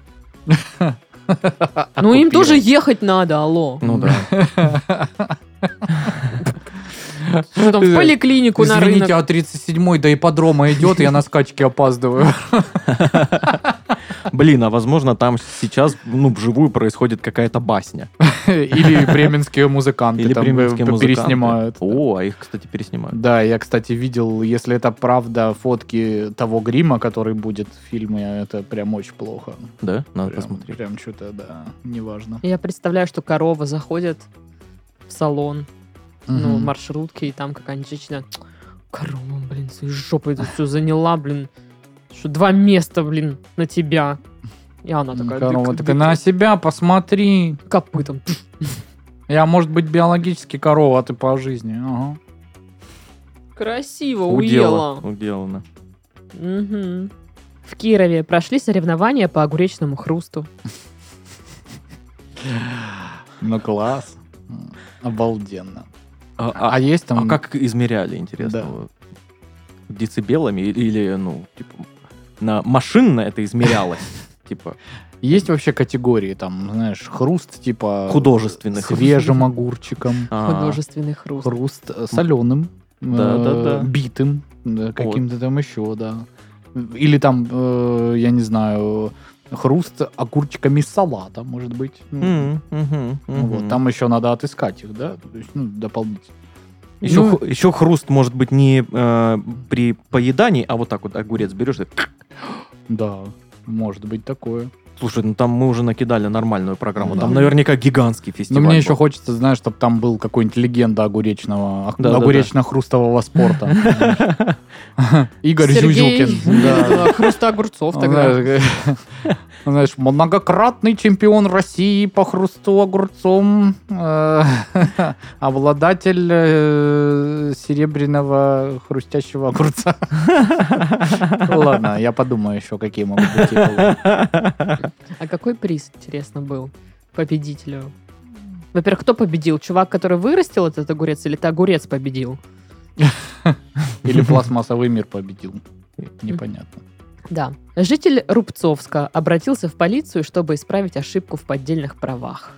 [SPEAKER 2] А,
[SPEAKER 3] А
[SPEAKER 1] Ну, им тоже ехать надо, алло.
[SPEAKER 2] Ну да.
[SPEAKER 1] Что там, в поликлинику на рынок.
[SPEAKER 3] Извините, а 37-й до ипподрома идет, я на скачке опаздываю.
[SPEAKER 2] Блин, а возможно там сейчас, ну, вживую происходит какая-то басня.
[SPEAKER 3] Или бременские музыканты
[SPEAKER 2] Или
[SPEAKER 3] там
[SPEAKER 2] бременские
[SPEAKER 3] э,
[SPEAKER 2] музыканты.
[SPEAKER 3] переснимают.
[SPEAKER 2] О, а их, кстати, переснимают.
[SPEAKER 3] Да, я, кстати, видел, если это правда, фотки того грима, который будет в фильме, это прям очень плохо.
[SPEAKER 2] Да? Надо
[SPEAKER 3] прям,
[SPEAKER 2] посмотреть.
[SPEAKER 3] Прям что-то, да, неважно.
[SPEAKER 1] Я представляю, что корова заходит в салон, ну,
[SPEAKER 3] Мгм.
[SPEAKER 1] маршрутки, и там какая-нибудь женщина. Корова, блин, своей жопой тут все заняла, блин. Что два места, блин, на тебя. И она такая,
[SPEAKER 3] Ну, Корова
[SPEAKER 1] дык,
[SPEAKER 3] такая,
[SPEAKER 1] дык,
[SPEAKER 3] на себя посмотри.
[SPEAKER 1] копытом. Пф,
[SPEAKER 3] Я, может быть, биологически корова, а ты по жизни. Ага.
[SPEAKER 1] Красиво уела.
[SPEAKER 2] Удела. Уделано.
[SPEAKER 1] Мгм. В Кирове прошли соревнования по огуречному хрусту.
[SPEAKER 3] Ну, класс. М, Обалденно.
[SPEAKER 2] А,
[SPEAKER 3] А, есть там...
[SPEAKER 2] а как измеряли, интересно?
[SPEAKER 3] Да.
[SPEAKER 2] Вот. Децибелами или- или, ну, типа, на машинно это измерялось? Типа,
[SPEAKER 3] Есть вообще категории, там, знаешь, хруст, типа...
[SPEAKER 2] Художественный хруст.
[SPEAKER 3] Свежим огурчиком.
[SPEAKER 2] а,
[SPEAKER 1] Художественный хруст.
[SPEAKER 3] Хруст э, соленым.
[SPEAKER 2] Да, да, да.
[SPEAKER 3] Битым. да, Каким-то там еще, да. Или там, э, я не знаю, хруст огурчиками салата, может быть. Ну,
[SPEAKER 2] м, мгм,
[SPEAKER 3] ну
[SPEAKER 2] мгм.
[SPEAKER 3] вот, там еще надо отыскать их, да? То есть, ну, дополнительно.
[SPEAKER 2] Еще,
[SPEAKER 3] Ну,
[SPEAKER 2] ху- еще хруст может быть не э, при поедании, а вот так вот огурец берешь. и-
[SPEAKER 3] Да, может быть такое.
[SPEAKER 2] Слушай, ну там мы уже накидали нормальную программу.
[SPEAKER 3] Да.
[SPEAKER 2] Там наверняка гигантский
[SPEAKER 3] Но
[SPEAKER 2] фестиваль.
[SPEAKER 3] Ну, мне
[SPEAKER 2] был.
[SPEAKER 3] еще хочется, знаешь, чтобы там был какой-нибудь легенда огуречного,
[SPEAKER 2] Да, да,
[SPEAKER 3] огуречно-хрустового спорта. Игорь
[SPEAKER 1] Сергей,
[SPEAKER 3] Зюзюкин. да.
[SPEAKER 1] да, Хруста огурцов тогда.
[SPEAKER 3] Ну, Знаешь, ну, знаешь, многократный чемпион России по хрусту огурцом, э, обладатель э, серебряного хрустящего огурца. Ладно, я подумаю еще, какие могут быть титулы.
[SPEAKER 1] А какой приз, интересно, был победителю? Во-первых, кто победил? Чувак, который вырастил этот огурец, или это огурец победил?
[SPEAKER 3] Или пластмассовый мир победил. Непонятно.
[SPEAKER 1] Да. Житель Рубцовска обратился в полицию, чтобы исправить ошибку в поддельных правах.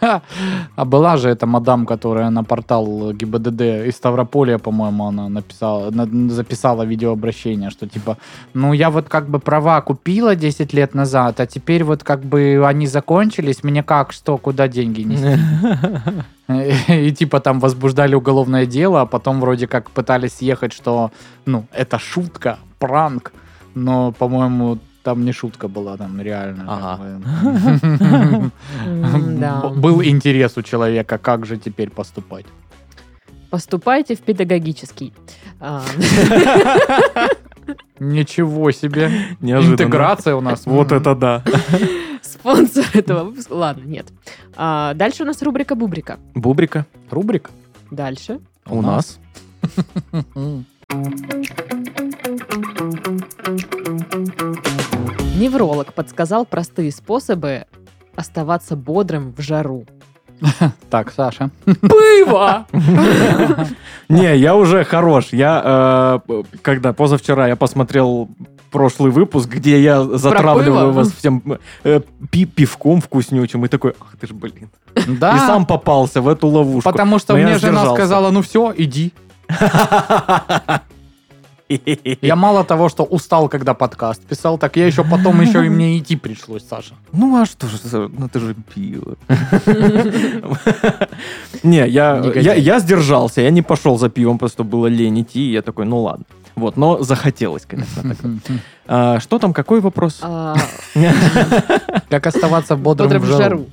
[SPEAKER 3] А была же эта мадам, которая на портал ГИБДД из Ставрополя, по-моему, она написала, на- записала видеообращение, что типа, ну я вот как бы права купила 10 лет назад, а теперь вот как бы они закончились, мне как, что, куда деньги нести? И типа там возбуждали уголовное дело, а потом вроде как пытались съехать, что, ну, это шутка, пранк, но, по-моему, там не шутка была, там реально.
[SPEAKER 2] Ага.
[SPEAKER 3] как бы.
[SPEAKER 1] М, Да.
[SPEAKER 3] Б- Был интерес у человека, как же теперь поступать.
[SPEAKER 1] Поступайте в педагогический. А,
[SPEAKER 3] Ничего себе.
[SPEAKER 2] Неожиданно.
[SPEAKER 3] Интеграция у нас.
[SPEAKER 2] Вот
[SPEAKER 3] М.
[SPEAKER 2] это да.
[SPEAKER 1] Спонсор этого выпуска. Ладно, нет. А, Дальше у нас рубрика Бубрика.
[SPEAKER 2] Бубрика
[SPEAKER 3] Рубрика.
[SPEAKER 1] Дальше.
[SPEAKER 2] у нас.
[SPEAKER 3] М.
[SPEAKER 1] Невролог подсказал простые способы оставаться бодрым в жару.
[SPEAKER 3] Так, Саша.
[SPEAKER 1] Пыво!
[SPEAKER 2] Не, я уже хорош. Я э, когда позавчера я посмотрел прошлый выпуск, где я
[SPEAKER 1] пыло?
[SPEAKER 2] затравливаю вас всем э, пи- пивком вкуснючим, и такой, ах ты ж, блин.
[SPEAKER 3] Да.
[SPEAKER 2] И сам попался в эту ловушку.
[SPEAKER 3] А. Потому что
[SPEAKER 2] Но я
[SPEAKER 3] мне жена
[SPEAKER 2] сдержался.
[SPEAKER 3] сказала, ну все, иди. Я мало того, что устал, когда подкаст писал, так я еще потом еще и мне идти пришлось, Саша.
[SPEAKER 2] Ну а что же, за- ну ты же пиво. Не, я,
[SPEAKER 3] Негодяй.
[SPEAKER 2] я, я сдержался, я не пошел за пивом, просто было лень идти, и я такой, ну ладно. Вот, но захотелось, конечно. так. А, Что там, какой вопрос?
[SPEAKER 1] А,
[SPEAKER 3] Как оставаться бодрым,
[SPEAKER 1] Бодрым в жару.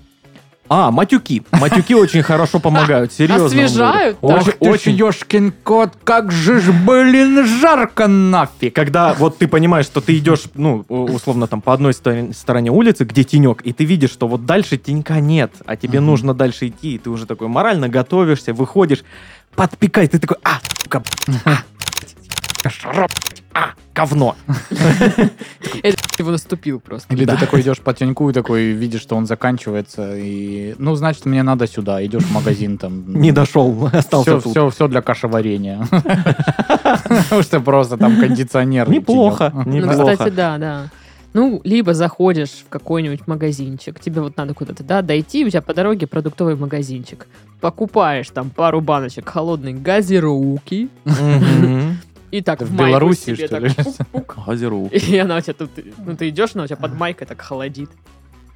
[SPEAKER 2] А, матюки. Матюки очень хорошо помогают, серьезно.
[SPEAKER 1] Освежают,
[SPEAKER 2] вам
[SPEAKER 3] Ох
[SPEAKER 2] говорю.
[SPEAKER 3] ты ж,
[SPEAKER 2] Очень, очень.
[SPEAKER 3] ёшкин кот, как же ж, блин, жарко нафиг.
[SPEAKER 2] Когда вот ты понимаешь, что ты идешь, ну, у- условно, там, по одной стор- стороне улицы, где тенек, и ты видишь, что вот дальше тенька нет, а тебе
[SPEAKER 3] Мгм.
[SPEAKER 2] нужно дальше идти, и ты уже такой морально готовишься, выходишь, подпекай, ты такой, а, сука, а, жаро, а, говно.
[SPEAKER 1] Это его наступил просто.
[SPEAKER 3] Или
[SPEAKER 2] Да.
[SPEAKER 3] ты такой идешь по тюньку и такой видишь, что он заканчивается, и ну, значит, мне надо сюда. Идешь в магазин там.
[SPEAKER 2] Не дошел, остался
[SPEAKER 3] все,
[SPEAKER 2] тут.
[SPEAKER 3] все, все для кашеварения. Потому что просто там кондиционер.
[SPEAKER 2] Неплохо,
[SPEAKER 3] течёт.
[SPEAKER 1] Ну,
[SPEAKER 2] неплохо.
[SPEAKER 1] кстати, да, да. Ну, либо заходишь в какой-нибудь магазинчик, тебе вот надо куда-то, да, дойти, у тебя по дороге продуктовый магазинчик. Покупаешь там пару баночек холодной газировки,
[SPEAKER 2] Мгм.
[SPEAKER 1] и так
[SPEAKER 3] Это
[SPEAKER 1] в,
[SPEAKER 3] в
[SPEAKER 1] майку
[SPEAKER 3] Белоруссии,
[SPEAKER 1] себе
[SPEAKER 3] что
[SPEAKER 1] так
[SPEAKER 3] ли?
[SPEAKER 1] пук-пук.
[SPEAKER 2] Газировка.
[SPEAKER 1] И она у тебя тут, ну ты идешь, но у тебя под майкой так холодит.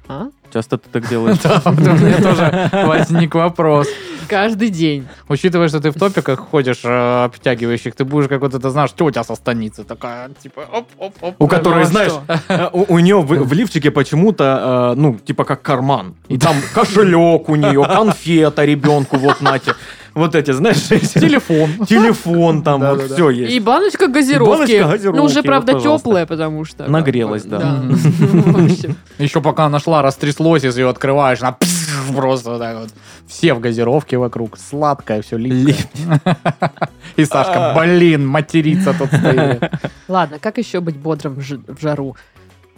[SPEAKER 1] А?
[SPEAKER 2] Часто ты так делаешь?
[SPEAKER 3] Да, у меня тоже возник вопрос.
[SPEAKER 1] Каждый день.
[SPEAKER 3] Учитывая, что ты в топиках ходишь э, обтягивающих, ты будешь как вот это, знаешь, тетя со станицы такая, типа, оп-оп-оп.
[SPEAKER 2] У которой,
[SPEAKER 1] Ну, а
[SPEAKER 2] знаешь,
[SPEAKER 1] что?
[SPEAKER 2] э, у, у нее в, в лифчике почему-то, э, ну, типа как карман. И там кошелек у нее, конфета ребенку, вот нате. Вот эти, знаешь, эти-
[SPEAKER 3] Телефон.
[SPEAKER 2] телефон там, вот
[SPEAKER 3] Да-да-да.
[SPEAKER 2] все есть.
[SPEAKER 1] И баночка газировки.
[SPEAKER 2] баночка газировки,
[SPEAKER 1] ну, уже,
[SPEAKER 2] вот,
[SPEAKER 1] правда,
[SPEAKER 2] пожалуйста.
[SPEAKER 1] теплая, потому что... как бы,
[SPEAKER 2] Нагрелась, да.
[SPEAKER 1] Ну, в общем.
[SPEAKER 3] Еще пока нашла, растряслось, если ее открываешь, она пф, просто так вот. Все в газировке вокруг, сладкое все липкое. И Сашка,
[SPEAKER 2] А.
[SPEAKER 3] блин, материться тут стоит.
[SPEAKER 1] Ладно, как еще быть бодрым в, жи- в жару?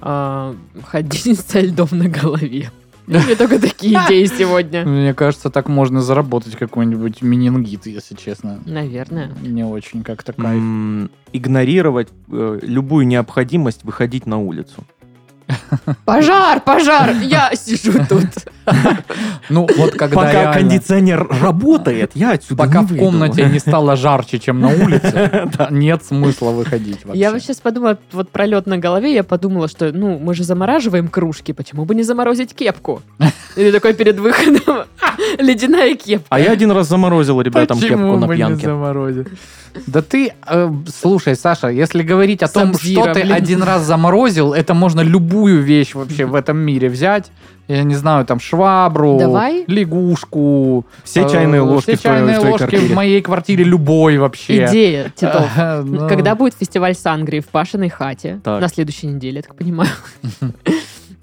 [SPEAKER 1] А, ходить со льдом на голове. Ну, У меня только такие идеи сегодня.
[SPEAKER 3] Мне кажется, так можно заработать какой-нибудь менингит, если честно.
[SPEAKER 1] Наверное.
[SPEAKER 3] Не очень как-то кайф.
[SPEAKER 2] М, Игнорировать э, любую необходимость выходить на улицу.
[SPEAKER 1] Пожар, пожар! Я сижу тут.
[SPEAKER 3] Ну, вот когда
[SPEAKER 2] Пока
[SPEAKER 3] реально-
[SPEAKER 2] кондиционер работает, я отсюда
[SPEAKER 3] Пока
[SPEAKER 2] не
[SPEAKER 3] в
[SPEAKER 2] выйду.
[SPEAKER 3] комнате не стало жарче, чем на улице, нет смысла выходить вообще.
[SPEAKER 1] Я вот сейчас подумала, вот про лед на голове, я подумала, что, ну, мы же замораживаем кружки, почему бы не заморозить кепку? Или такой перед выходом, «А, ледяная кепка.
[SPEAKER 2] А я один раз заморозил ребятам
[SPEAKER 3] Почему
[SPEAKER 2] кепку на
[SPEAKER 3] мы не
[SPEAKER 2] пьянке.
[SPEAKER 3] заморозим? Да ты, э, слушай, Саша, если говорить о том,
[SPEAKER 1] Сабзира,
[SPEAKER 3] что ты
[SPEAKER 1] блин.
[SPEAKER 3] один раз заморозил, это можно любую вещь вообще в этом мире взять. Я не знаю, там швабру,
[SPEAKER 1] Давай.
[SPEAKER 3] лягушку.
[SPEAKER 2] Все
[SPEAKER 3] э,
[SPEAKER 2] чайные ложки
[SPEAKER 3] все
[SPEAKER 2] в твоей
[SPEAKER 3] чайные
[SPEAKER 2] в твоей
[SPEAKER 3] ложки в
[SPEAKER 2] квартире.
[SPEAKER 3] моей квартире любой вообще.
[SPEAKER 1] Идея, Титов.
[SPEAKER 3] Э, ну,
[SPEAKER 1] Когда будет фестиваль Сангрии в Пашиной хате?
[SPEAKER 2] Так.
[SPEAKER 1] На следующей неделе, я так понимаю.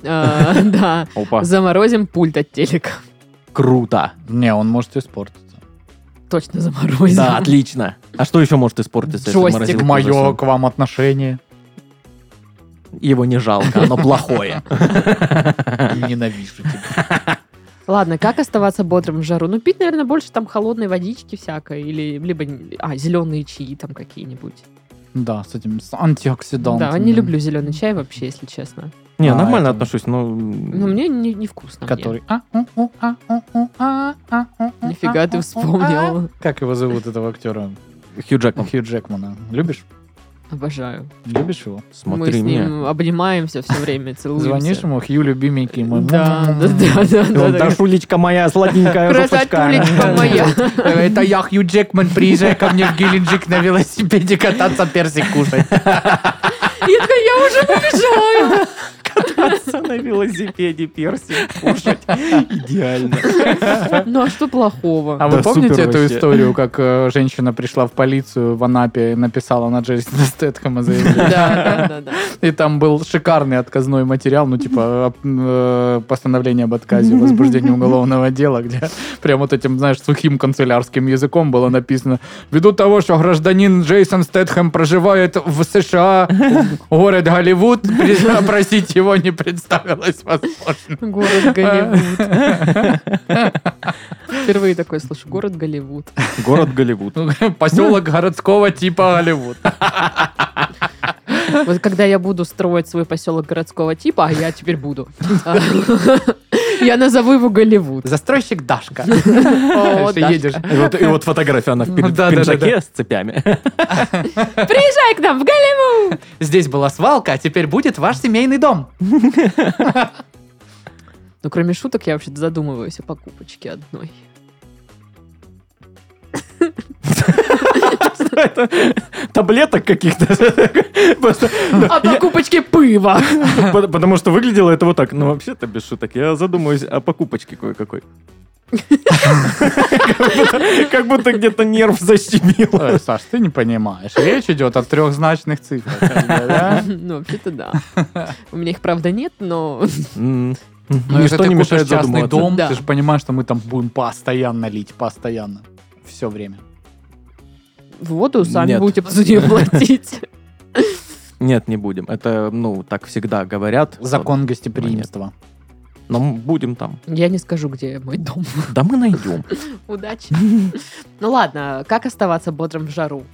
[SPEAKER 1] Э, Да.
[SPEAKER 2] Опа,
[SPEAKER 1] Заморозим пульт от телека.
[SPEAKER 2] круто.
[SPEAKER 3] Не, он может испортиться.
[SPEAKER 1] Точно заморозим.
[SPEAKER 2] Да, отлично. А что еще может испортиться? если в
[SPEAKER 1] Джойстик.
[SPEAKER 2] морозилку
[SPEAKER 3] Мое
[SPEAKER 2] засунуть?
[SPEAKER 3] к вам отношение.
[SPEAKER 2] Его не жалко, оно плохое.
[SPEAKER 3] Ненавижу тебя.
[SPEAKER 1] Ладно, как оставаться бодрым в жару? Ну, пить, наверное, больше там холодной водички всякой, или либо а, зеленые чаи там какие-нибудь.
[SPEAKER 3] Да, с этим, с антиоксидантами.
[SPEAKER 1] да, не люблю зеленый чай вообще, если честно.
[SPEAKER 2] Не,
[SPEAKER 3] А,
[SPEAKER 2] нормально
[SPEAKER 3] это-
[SPEAKER 2] отношусь, но...
[SPEAKER 3] Ну,
[SPEAKER 1] Но мне не- невкусно. мне.
[SPEAKER 3] Который... а, у, у, а, у, у, а, а, у, у,
[SPEAKER 1] Нифига
[SPEAKER 3] а, у,
[SPEAKER 1] ты
[SPEAKER 3] у, а.
[SPEAKER 1] вспомнил.
[SPEAKER 3] Как его зовут, этого актера?
[SPEAKER 2] Хью Джекман.
[SPEAKER 3] Хью Джекмана. Любишь?
[SPEAKER 1] Обожаю.
[SPEAKER 3] Любишь его?
[SPEAKER 1] Мы
[SPEAKER 2] Смотри
[SPEAKER 1] с
[SPEAKER 2] меня.
[SPEAKER 1] ним обнимаемся все время, целуемся.
[SPEAKER 3] Звонишь ему, Хью, любименький мой.
[SPEAKER 1] Да, да, да,
[SPEAKER 2] М-м-м. И он,
[SPEAKER 1] да, да.
[SPEAKER 2] Дашулечка моя, сладенькая
[SPEAKER 1] Красотулечка моя.
[SPEAKER 3] Это я, Хью Джекман, приезжай ко мне в Геленджик на велосипеде кататься, персик кушать.
[SPEAKER 1] Я такая, я уже побежала.
[SPEAKER 2] Кататься на велосипеде, персик кушать. Идеально.
[SPEAKER 1] Ну, а что плохого?
[SPEAKER 3] А вы
[SPEAKER 2] Да,
[SPEAKER 3] помните
[SPEAKER 2] супер
[SPEAKER 3] эту
[SPEAKER 2] вообще.
[SPEAKER 3] историю, как э, женщина пришла в полицию в Анапе и написала на Джерсина Стэтхэма заявление?
[SPEAKER 1] Да, да, да, да.
[SPEAKER 3] И там был шикарный отказной материал, ну, типа, э, постановление об отказе в возбуждении уголовного дела, где прям вот этим, знаешь, сухим канцелярским языком было написано, ввиду того, что гражданин Джейсон Стэтхэм проживает в США, в город Голливуд, при- опросить его не представилось возможно.
[SPEAKER 1] Город Голливуд. Впервые такой слышу. Город Голливуд.
[SPEAKER 2] Город Голливуд.
[SPEAKER 3] Поселок городского типа Голливуд.
[SPEAKER 1] Вот когда я буду строить свой поселок городского типа, а я теперь буду, я назову его Голливуд.
[SPEAKER 3] Застройщик Дашка.
[SPEAKER 1] О,
[SPEAKER 3] Ты
[SPEAKER 1] Дашка.
[SPEAKER 3] едешь.
[SPEAKER 2] И вот, и вот фотография, она в пин-
[SPEAKER 3] Да, да,
[SPEAKER 2] в
[SPEAKER 3] да,
[SPEAKER 2] пиджаке с цепями.
[SPEAKER 1] Приезжай к нам в Голливуд!
[SPEAKER 3] Здесь была свалка, а теперь будет ваш семейный дом.
[SPEAKER 1] Ну, кроме шуток, я вообще-то задумываюсь о покупочке одной.
[SPEAKER 2] Таблеток каких-то. Просто,
[SPEAKER 1] О покупочке пыва!
[SPEAKER 2] по- Потому что выглядело это вот так. Ну, вообще-то, без шуток, я задумаюсь о покупочке кое-какой. Как будто- Как будто где-то нерв защемило.
[SPEAKER 3] Э, Саш, ты не понимаешь. Речь идет о трехзначных цифрах. как бы, да?
[SPEAKER 1] Ну, вообще-то да. У меня их, правда, нет, но...
[SPEAKER 2] М.
[SPEAKER 3] Ну, если
[SPEAKER 2] Ничто
[SPEAKER 3] ты
[SPEAKER 2] не
[SPEAKER 3] купишь
[SPEAKER 2] мешает
[SPEAKER 3] частный
[SPEAKER 2] задумываться.
[SPEAKER 3] дом,
[SPEAKER 1] Да.
[SPEAKER 3] ты же понимаешь, что мы там будем постоянно лить, постоянно. Все время.
[SPEAKER 1] Воду сами
[SPEAKER 2] Нет.
[SPEAKER 1] будете за нее платить.
[SPEAKER 2] Нет, не будем. Это, ну, так всегда говорят.
[SPEAKER 3] Закон гостеприимства.
[SPEAKER 2] Но мы будем там.
[SPEAKER 1] Я не скажу, где мой дом.
[SPEAKER 2] Да мы найдем.
[SPEAKER 1] Удачи. Ну ладно, как оставаться бодрым в жару?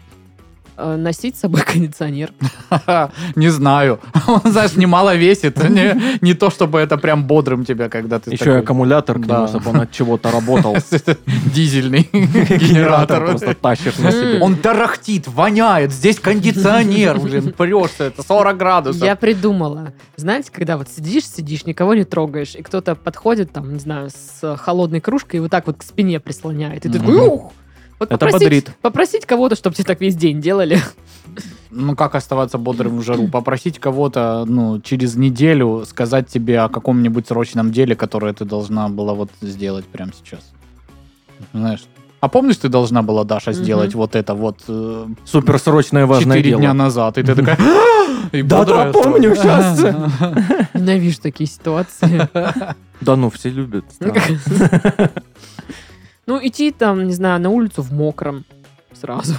[SPEAKER 1] Э, Носить с собой кондиционер.
[SPEAKER 3] Ха-ха, Не знаю. Он, знаешь, немало весит. Не, не то, чтобы это прям бодрым тебя, когда ты
[SPEAKER 2] Еще и
[SPEAKER 3] такой
[SPEAKER 2] аккумулятор к нему,
[SPEAKER 3] Да.
[SPEAKER 2] чтобы он от чего-то работал.
[SPEAKER 3] дизельный
[SPEAKER 2] Генератор просто
[SPEAKER 3] генератор.
[SPEAKER 2] тащишь на себе.
[SPEAKER 3] Он тарахтит, воняет, здесь кондиционер, блин, прешься, это 40 градусов.
[SPEAKER 1] Я придумала. Знаете, когда вот сидишь, сидишь, никого не трогаешь, и кто-то подходит, там, не знаю, с холодной кружкой и вот так вот к спине прислоняет. И ты
[SPEAKER 3] Мгм.
[SPEAKER 1] такой, ух! Вот
[SPEAKER 2] Это
[SPEAKER 1] попросить,
[SPEAKER 2] бодрит.
[SPEAKER 1] попросить кого-то, чтобы тебе так весь день делали.
[SPEAKER 3] Ну, как оставаться бодрым в жару? Попросить кого-то, ну, через неделю сказать тебе о каком-нибудь срочном деле, которое ты должна была вот сделать прямо сейчас. Знаешь, а помнишь, ты должна была, Даша,
[SPEAKER 1] Мгм.
[SPEAKER 3] сделать вот это вот э,
[SPEAKER 2] Суперсрочное важное
[SPEAKER 3] четыре дня
[SPEAKER 2] дело. «А,
[SPEAKER 3] назад? И ты такая... и бодрая
[SPEAKER 2] Да-да, помню,
[SPEAKER 3] стала.
[SPEAKER 1] Ненавижу такие ситуации.
[SPEAKER 2] Да ну, все любят.
[SPEAKER 1] Ну,
[SPEAKER 2] Да.
[SPEAKER 1] как- Ну, идти там, не знаю, на улицу в мокром сразу.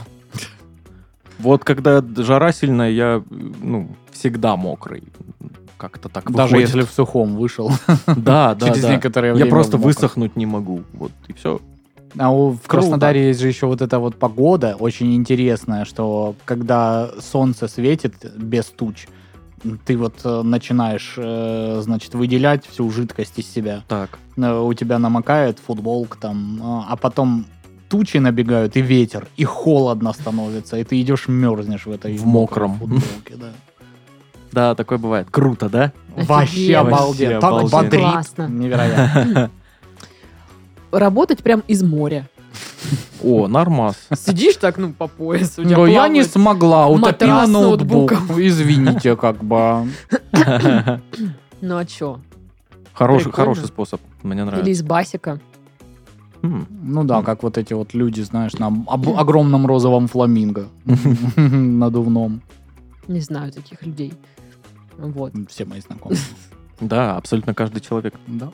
[SPEAKER 2] Вот когда жара сильная, я, ну, всегда мокрый. Как-то так
[SPEAKER 3] Даже
[SPEAKER 2] выходит.
[SPEAKER 3] если в сухом вышел.
[SPEAKER 2] Да, да,
[SPEAKER 3] Через
[SPEAKER 2] да.
[SPEAKER 3] некоторое
[SPEAKER 2] Я
[SPEAKER 3] время
[SPEAKER 2] просто
[SPEAKER 3] в мокром.
[SPEAKER 2] высохнуть не могу. Вот, и все.
[SPEAKER 3] А у- в Краснодаре есть же еще вот эта вот погода очень интересная, что когда солнце светит без туч, ты вот э, начинаешь, э, значит, выделять всю жидкость из себя.
[SPEAKER 2] Так.
[SPEAKER 3] Э, У тебя намокает футболка там, э, а потом тучи набегают и ветер, и холодно становится, и ты идешь мерзнешь в этой
[SPEAKER 2] В
[SPEAKER 3] мокрой
[SPEAKER 2] мокром.
[SPEAKER 3] футболке, да.
[SPEAKER 2] Да, такое бывает. Круто, да?
[SPEAKER 3] Вообще
[SPEAKER 1] Офигенно.
[SPEAKER 3] обалденно, так
[SPEAKER 2] Вообще
[SPEAKER 3] бодрит,
[SPEAKER 1] классно.
[SPEAKER 3] невероятно.
[SPEAKER 1] Работать прям из моря.
[SPEAKER 2] О, нормас.
[SPEAKER 1] Сидишь так, ну, по поясу. у тебя
[SPEAKER 3] Но я не
[SPEAKER 1] плавает.
[SPEAKER 3] смогла, утопила
[SPEAKER 1] матрас с
[SPEAKER 3] ноутбук.
[SPEAKER 1] ноутбуком.
[SPEAKER 3] Извините, как бы.
[SPEAKER 1] Ну, а чё?
[SPEAKER 2] Хороший,
[SPEAKER 1] Прикольно.
[SPEAKER 2] хороший способ. Мне
[SPEAKER 1] Или
[SPEAKER 2] нравится.
[SPEAKER 1] из басика.
[SPEAKER 2] М.
[SPEAKER 3] Ну да, как вот эти вот люди, знаешь, на об- огромном розовом фламинго. Надувном.
[SPEAKER 1] Не знаю таких людей. Вот.
[SPEAKER 3] Все мои знакомые.
[SPEAKER 2] Да, абсолютно каждый человек.
[SPEAKER 3] Да.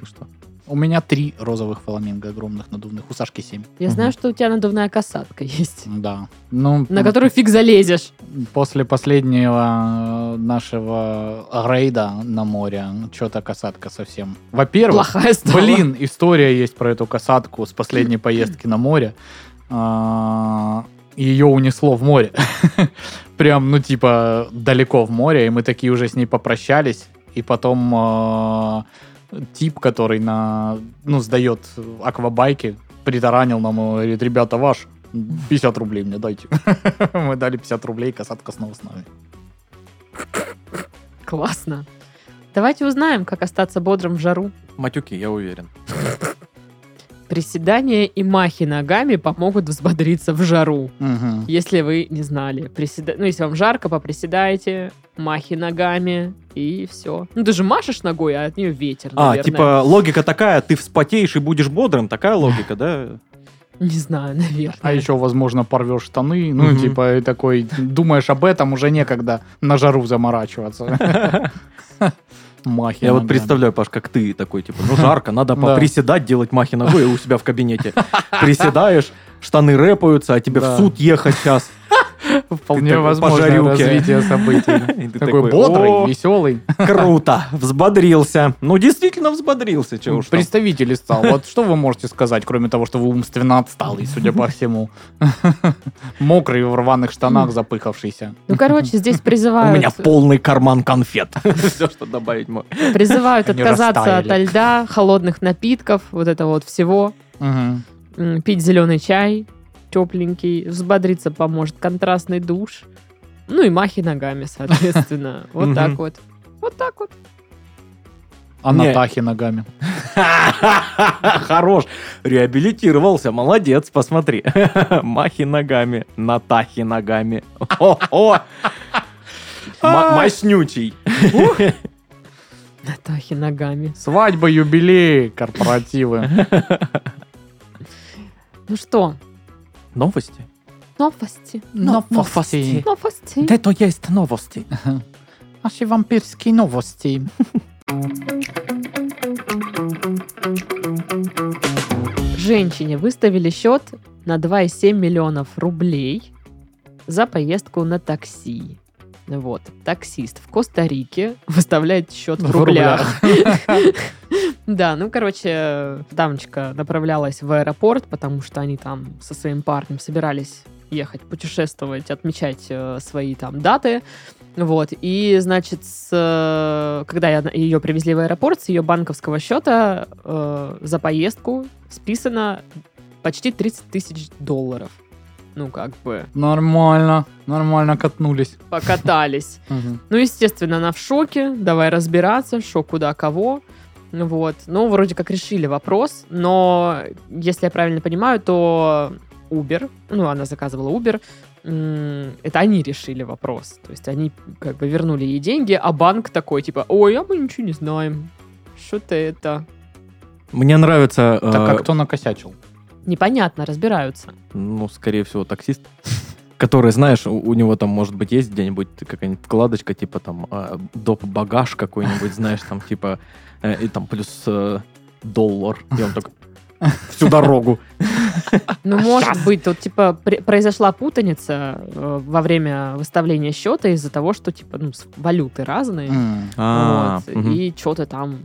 [SPEAKER 2] Ты что?
[SPEAKER 3] У меня три розовых фламинго огромных надувных. У Сашки семь.
[SPEAKER 1] Я
[SPEAKER 2] Мгм.
[SPEAKER 1] знаю, что у тебя надувная касатка есть.
[SPEAKER 3] Да. Ну,
[SPEAKER 1] На которую фиг залезешь.
[SPEAKER 3] после последнего э, нашего рейда на море, что-то касатка совсем. Во-первых,
[SPEAKER 1] Плохая стала.
[SPEAKER 3] Блин, история есть про эту касатку с последней поездки на море. А, Ее унесло в море. Прям, ну, типа, далеко в море, и мы такие уже с ней попрощались. И потом а, тип, который на, ну, сдает аквабайки, притаранил нам и говорит, ребята, ваш, 50 рублей мне дайте. Мы дали 50 рублей, касатка снова с нами.
[SPEAKER 1] Классно. Давайте узнаем, как остаться бодрым в жару.
[SPEAKER 2] Матюки, я уверен.
[SPEAKER 1] Приседания и махи ногами помогут взбодриться в жару.
[SPEAKER 3] Мгм.
[SPEAKER 1] Если вы не знали, приседа... ну, если вам жарко, поприседайте, махи ногами, и все. Ну, ты же машешь ногой, а от нее ветер,
[SPEAKER 2] А,
[SPEAKER 1] наверное.
[SPEAKER 2] типа логика такая, ты вспотеешь и будешь бодрым, такая логика, да?
[SPEAKER 1] Не знаю, наверное.
[SPEAKER 3] А еще, возможно, порвешь штаны. Ну,
[SPEAKER 2] Мгм.
[SPEAKER 3] типа, и такой, думаешь об этом, уже некогда на жару заморачиваться. Махи.
[SPEAKER 2] Я вот
[SPEAKER 3] ногами.
[SPEAKER 2] представляю, Паш, как ты такой, типа, ну жарко, надо
[SPEAKER 3] Да.
[SPEAKER 2] поприседать, делать махи ногой у себя в кабинете. Приседаешь, штаны рэпаются, а тебе в
[SPEAKER 3] Да.
[SPEAKER 2] суд ехать сейчас.
[SPEAKER 3] Вполне
[SPEAKER 2] такой
[SPEAKER 3] возможное
[SPEAKER 2] пожарюки.
[SPEAKER 3] развитие событий.
[SPEAKER 2] И ты
[SPEAKER 3] Такой
[SPEAKER 2] «О,
[SPEAKER 3] бодрый, веселый.
[SPEAKER 2] Круто, взбодрился. Ну, действительно взбодрился, чего уж там.
[SPEAKER 3] Представитель стал. Вот что вы можете сказать, кроме того, что вы умственно отсталый, судя по всему. Мокрый, в рваных штанах, запыхавшийся.
[SPEAKER 1] Ну, короче, здесь
[SPEAKER 2] У
[SPEAKER 1] призывают,
[SPEAKER 2] меня полный карман конфет. Все, что добавить могу.
[SPEAKER 1] призывают
[SPEAKER 3] Они
[SPEAKER 1] отказаться от
[SPEAKER 3] растаяли.
[SPEAKER 1] льда, холодных напитков, вот этого вот всего.
[SPEAKER 3] Мгм.
[SPEAKER 1] М, Пить зеленый чай, тепленький. Взбодриться поможет контрастный душ. Ну и махи ногами, соответственно. Вот так
[SPEAKER 2] Мгм.
[SPEAKER 1] вот. Вот так вот.
[SPEAKER 3] А
[SPEAKER 2] Не.
[SPEAKER 3] на тахе ногами.
[SPEAKER 2] Хорош. Реабилитировался, молодец, посмотри. Махи ногами, Натахи ногами. О-о! М- Маснючий.
[SPEAKER 1] Натахи ногами.
[SPEAKER 3] Свадьба, юбилей, корпоративы.
[SPEAKER 1] Ну что,
[SPEAKER 2] Новости?
[SPEAKER 1] новости.
[SPEAKER 2] Новости.
[SPEAKER 1] Новости.
[SPEAKER 2] то есть новости.
[SPEAKER 3] Наши вампирские новости.
[SPEAKER 1] Женщине выставили счет на 2,7 миллионов рублей за поездку на такси. Вот. Таксист в Коста-Рике выставляет счет в,
[SPEAKER 3] В
[SPEAKER 1] рублях. Да, ну, короче, дамочка направлялась в аэропорт, потому что они там со своим парнем собирались ехать, путешествовать, отмечать э, свои там даты. Вот. И, значит, с, э, когда я- ее привезли в аэропорт, с ее банковского счета э, за поездку списано почти 30 тысяч долларов. Ну, как бы,
[SPEAKER 3] Нормально, нормально катнулись.
[SPEAKER 1] покатались. Ну, естественно, она в шоке. Давай разбираться, что, куда, кого. Вот. Ну, вроде как решили вопрос, но, если я правильно понимаю, то Uber, ну, она заказывала Uber, м, это они решили вопрос. То есть они как бы вернули ей деньги, а банк такой, типа, ой, а мы ничего не знаем. Что-то это...
[SPEAKER 2] Мне нравится... э,
[SPEAKER 3] Так а кто накосячил?
[SPEAKER 1] Непонятно, разбираются.
[SPEAKER 2] Ну, скорее всего, таксист. Который, знаешь, у, у него там, может быть, есть где-нибудь какая-нибудь вкладочка, типа там э, доп. багаж какой-нибудь, знаешь, там типа, э, и там плюс э, доллар. И он такой всю дорогу.
[SPEAKER 3] А
[SPEAKER 1] Ну, может быть, тут, типа, пре- произошла путаница э, во время выставления счета из-за того, что, типа, ну, с- валюты разные.
[SPEAKER 3] М.
[SPEAKER 2] А,
[SPEAKER 1] Вот.
[SPEAKER 2] мгм.
[SPEAKER 1] И что-то там,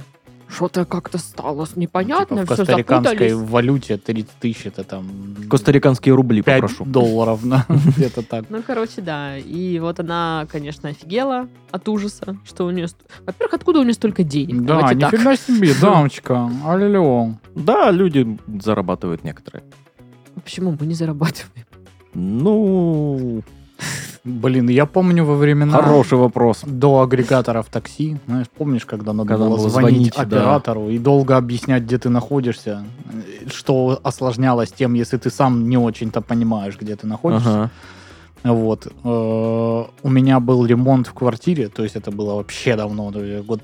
[SPEAKER 1] что-то как-то стало с- непонятно,
[SPEAKER 3] Типа в
[SPEAKER 1] все
[SPEAKER 3] костариканской
[SPEAKER 1] запутались.
[SPEAKER 3] валюте 30 тысяч, это там...
[SPEAKER 2] Костариканские рубли
[SPEAKER 3] 5
[SPEAKER 2] попрошу.
[SPEAKER 3] долларов, на- где-то так.
[SPEAKER 1] Ну, короче, да. И вот она, конечно, офигела от ужаса, что у нее... Во-первых, откуда у нее столько денег?
[SPEAKER 3] Да,
[SPEAKER 1] Давайте так.
[SPEAKER 3] нифига себе, дамочка, алло.
[SPEAKER 2] Да, люди зарабатывают некоторые.
[SPEAKER 1] Почему мы не зарабатываем?
[SPEAKER 2] Ну,
[SPEAKER 3] Блин, я помню во времена...
[SPEAKER 2] хороший вопрос.
[SPEAKER 3] до агрегаторов такси. Знаешь, помнишь, когда надо
[SPEAKER 2] Когда
[SPEAKER 3] было
[SPEAKER 2] было
[SPEAKER 3] звонить,
[SPEAKER 2] звонить, да.
[SPEAKER 3] оператору и долго объяснять, где ты находишься, э, что осложнялось тем, если ты сам не очень-то понимаешь, где ты находишься.
[SPEAKER 2] Ага.
[SPEAKER 3] Вот. Э, У меня был ремонт в квартире, то есть это было вообще давно, то есть год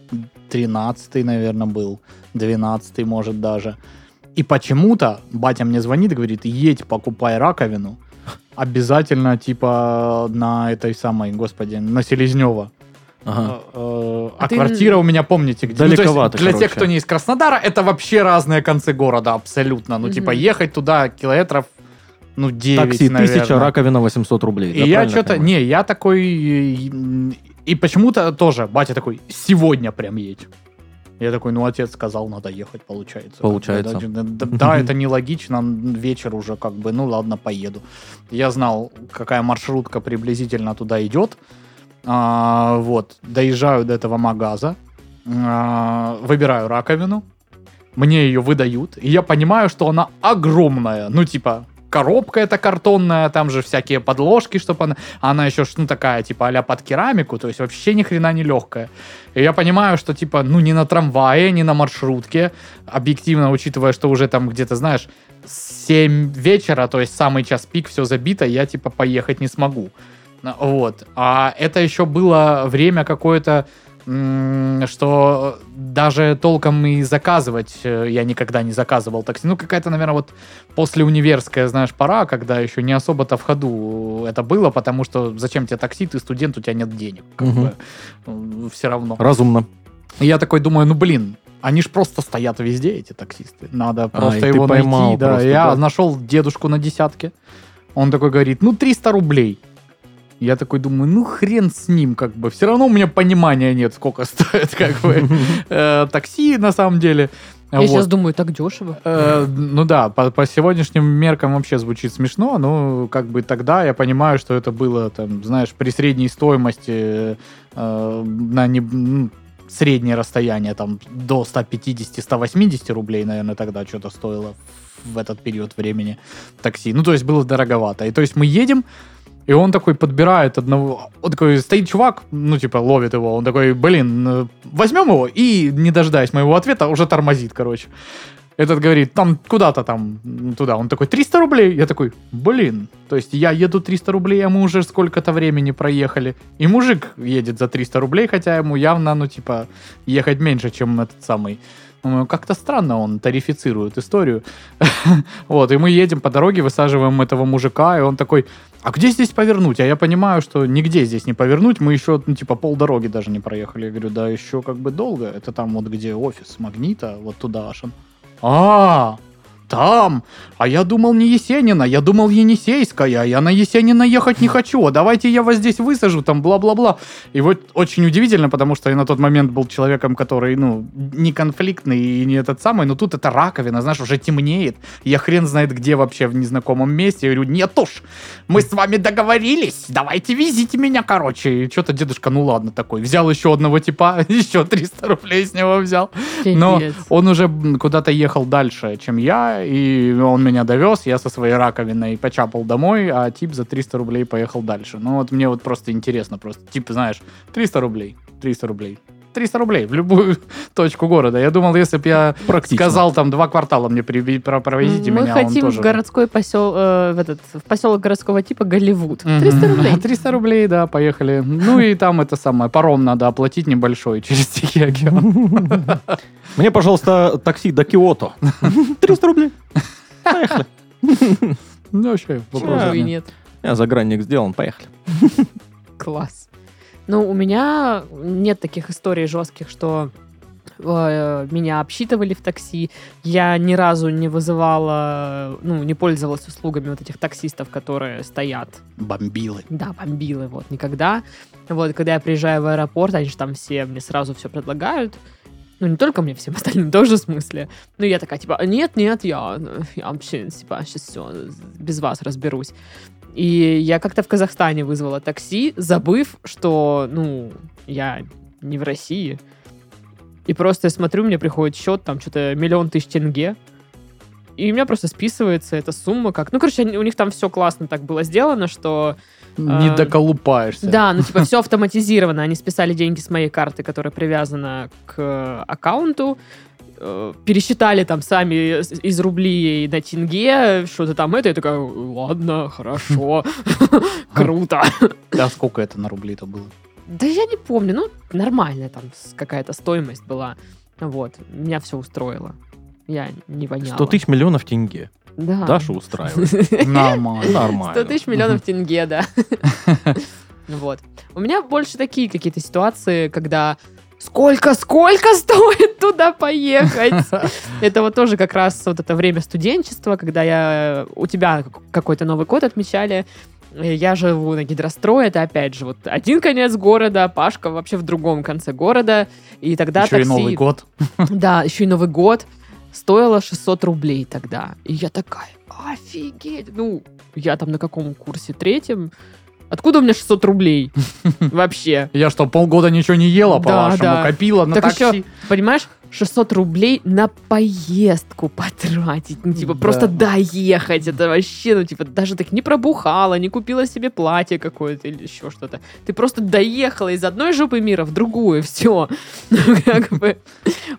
[SPEAKER 3] 13 наверное, был, 12 может даже. И почему-то батя мне звонит, говорит, едь, покупай раковину, обязательно, типа, на этой самой, господи, на Селезнева.
[SPEAKER 2] ага.
[SPEAKER 3] Э,
[SPEAKER 1] А
[SPEAKER 3] А
[SPEAKER 1] ты-
[SPEAKER 3] квартира у меня, помните, где? Ну, то есть
[SPEAKER 2] Далековато,
[SPEAKER 3] Для
[SPEAKER 2] короче.
[SPEAKER 3] тех, кто не из Краснодара, это вообще разные концы города абсолютно. Ну,
[SPEAKER 1] Мгм.
[SPEAKER 3] типа, ехать туда километров, ну, 9,
[SPEAKER 2] Такси 1000,
[SPEAKER 3] наверное.
[SPEAKER 2] раковина 800 рублей.
[SPEAKER 3] И
[SPEAKER 2] да,
[SPEAKER 3] я
[SPEAKER 2] правильно
[SPEAKER 3] что-то...
[SPEAKER 2] понимаю?
[SPEAKER 3] Не, я такой... э, м, И почему-то тоже батя такой, сегодня прям едь. Я такой, ну, отец сказал, надо ехать, получается.
[SPEAKER 2] Получается.
[SPEAKER 3] Да, да, да, это нелогично, м, вечер уже как бы, ну, ладно, поеду. Я знал, какая маршрутка приблизительно туда идет. А, вот, доезжаю до этого магаза, а, выбираю раковину, мне ее выдают, и я понимаю, что она огромная. Ну, типа, коробка эта картонная, там же всякие подложки, чтобы она... Она еще, ж, ну, такая, типа, а под керамику, то есть вообще ни хрена не легкая. И я понимаю, что, типа, ну, не на трамвае, не на маршрутке, объективно, учитывая, что уже там где-то, знаешь, 7 вечера, то есть самый час пик, все забито, я, типа, поехать не смогу. На- Вот. А это еще было время какое-то, м, что даже толком и заказывать э, я никогда не заказывал такси. Ну, какая-то, наверное, вот после универская, знаешь, пора, когда еще не особо-то в ходу это было, потому что зачем тебе такси, ты студент, у тебя нет денег. Как
[SPEAKER 2] Мгм.
[SPEAKER 3] бы, все равно.
[SPEAKER 2] Разумно.
[SPEAKER 3] И я такой думаю, ну блин, они ж просто стоят везде, эти таксисты. Надо
[SPEAKER 2] А, и
[SPEAKER 3] просто
[SPEAKER 2] ты
[SPEAKER 3] его найти.
[SPEAKER 2] поймал
[SPEAKER 3] да.
[SPEAKER 2] просто,
[SPEAKER 3] я
[SPEAKER 2] да?
[SPEAKER 3] нашел дедушку на десятке. Он такой говорит, ну 300 рублей. Я такой думаю, ну хрен с ним, как бы. Все равно у меня понимания нет, сколько стоит, как бы, э, такси на самом деле.
[SPEAKER 1] Я
[SPEAKER 3] А Вот.
[SPEAKER 1] сейчас думаю, так дешево.
[SPEAKER 3] Э, ну да, по, по сегодняшним меркам вообще звучит смешно, но как бы тогда я понимаю, что это было, там, знаешь, при средней стоимости э, на не, ну, среднее расстояние там до 150-180 рублей, наверное, тогда что-то стоило в этот период времени такси. Ну, то есть было дороговато. И то есть мы едем, и он такой подбирает одного... Он такой, стоит чувак, ну, типа, ловит его. Он такой, блин, э, возьмем его, и, не дожидаясь моего ответа, уже тормозит, короче. Этот говорит, там куда-то там, м, туда. Он такой, 300 рублей? Я такой, блин. То есть я еду 300 рублей, а мы уже сколько-то времени проехали. И мужик едет за 300 рублей, хотя ему явно, ну, типа, ехать меньше, чем этот самый. Думаю, как-то странно он тарифицирует историю. Вот, и мы едем по дороге, высаживаем этого мужика, и он такой, а где здесь повернуть? А я понимаю, что нигде здесь не повернуть, мы еще, ну, типа, полдороги даже не проехали. Я говорю, да еще как бы долго, это там вот где офис Магнита, вот туда аж он. А, там. А я думал не Есенина, я думал Енисейская, а я на Есенина ехать не хочу, а давайте я вас здесь высажу, там бла-бла-бла. И вот очень удивительно, потому что я на тот момент был человеком, который, ну, не конфликтный и не этот самый, но тут это раковина, знаешь, уже темнеет. Я хрен знает где вообще в незнакомом месте. Я говорю, нет уж, мы с вами договорились, давайте везите меня, короче. И что-то дедушка, ну ладно, такой, взял еще одного типа, еще 300 рублей с него взял. Но
[SPEAKER 1] Пиздец.
[SPEAKER 3] он уже м, куда-то ехал дальше, чем я, и он меня довез, я со своей раковиной почапал домой, а тип за 300 рублей поехал дальше. Ну вот мне вот просто интересно, просто тип, знаешь, 300 рублей, 300 рублей, 300 рублей в любую точку города. Я думал, если бы я
[SPEAKER 2] Практично.
[SPEAKER 3] сказал там два квартала мне приви- про- провезите
[SPEAKER 1] Мы
[SPEAKER 3] меня, он
[SPEAKER 1] хотим
[SPEAKER 3] тоже-
[SPEAKER 1] в городской посел, э, в этот в поселок городского типа Голливуд.
[SPEAKER 3] Мгм.
[SPEAKER 1] 300 рублей.
[SPEAKER 3] 300 рублей, да, поехали. Ну и там это самое, паром надо оплатить небольшой через Тихий океан.
[SPEAKER 2] Мне, пожалуйста, такси до Киото. 300 рублей.
[SPEAKER 3] Ну вообще,
[SPEAKER 1] Почему
[SPEAKER 3] вопросов
[SPEAKER 1] бы и
[SPEAKER 3] нет.
[SPEAKER 1] нет?
[SPEAKER 2] Я загранник сделан, поехали.
[SPEAKER 1] Класс. Ну, у меня нет таких историй жестких, что э, меня обсчитывали в такси. Я ни разу не вызывала, ну, не пользовалась услугами вот этих таксистов, которые стоят.
[SPEAKER 3] Бомбилы.
[SPEAKER 1] Да, бомбилы, вот, никогда. Вот, когда я приезжаю в аэропорт, они же там все мне сразу все предлагают. Ну, не только мне, всем остальным тоже в смысле. Ну, я такая, типа, нет, нет, я, я вообще, типа, сейчас все, без вас разберусь. И я как-то в Казахстане вызвала такси, забыв, что, ну, я не в России. И просто я смотрю, мне приходит счет, там что-то миллион тысяч тенге. И у меня просто списывается эта сумма как... Ну, короче, они- у них там все классно так было сделано, что
[SPEAKER 3] Не
[SPEAKER 1] А,
[SPEAKER 3] доколупаешься.
[SPEAKER 1] да, ну типа все автоматизировано. Они списали деньги с моей карты, которая привязана к э, аккаунту. э, Пересчитали там сами из- из рублей на тенге, что-то там это. Я такая, ладно, хорошо, круто.
[SPEAKER 3] А сколько это на рубли-то было?
[SPEAKER 1] Да я не помню, ну нормальная там с- какая-то стоимость была. Вот, меня все устроило. Я не воняла.
[SPEAKER 2] 100 тысяч миллионов тенге.
[SPEAKER 3] А.
[SPEAKER 1] Да.
[SPEAKER 2] Дашу устраивает. Ну,
[SPEAKER 3] Нормально.
[SPEAKER 2] Нормально.
[SPEAKER 1] 100 тысяч миллионов тенге, да. Вот. У меня больше такие какие-то ситуации, когда сколько, сколько стоит туда поехать? Это вот тоже как раз вот это время студенчества, когда я у тебя какой-то Новый год отмечали. Я живу на гидрострое, это опять же вот один конец города, Пашка вообще в другом конце города. И тогда
[SPEAKER 3] Еще и
[SPEAKER 1] такси...
[SPEAKER 3] Новый год.
[SPEAKER 1] Да, еще и Новый год. Стоило 600 рублей тогда. И я такая, офигеть. Ну, я там на каком курсе? Третьем? Откуда у меня 600 рублей? Вообще.
[SPEAKER 3] Я что, полгода ничего не ела,
[SPEAKER 1] Да,
[SPEAKER 3] по-вашему?
[SPEAKER 1] да.
[SPEAKER 3] Копила Ну на
[SPEAKER 1] Так
[SPEAKER 3] такси?
[SPEAKER 1] Понимаешь, 600 рублей на поездку потратить. Ну, типа,
[SPEAKER 3] Да.
[SPEAKER 1] просто доехать. Это вообще, ну, типа, даже так не пробухала, не купила себе платье какое-то или еще что-то. Ты просто доехала из одной жопы мира в другую. Все. Как бы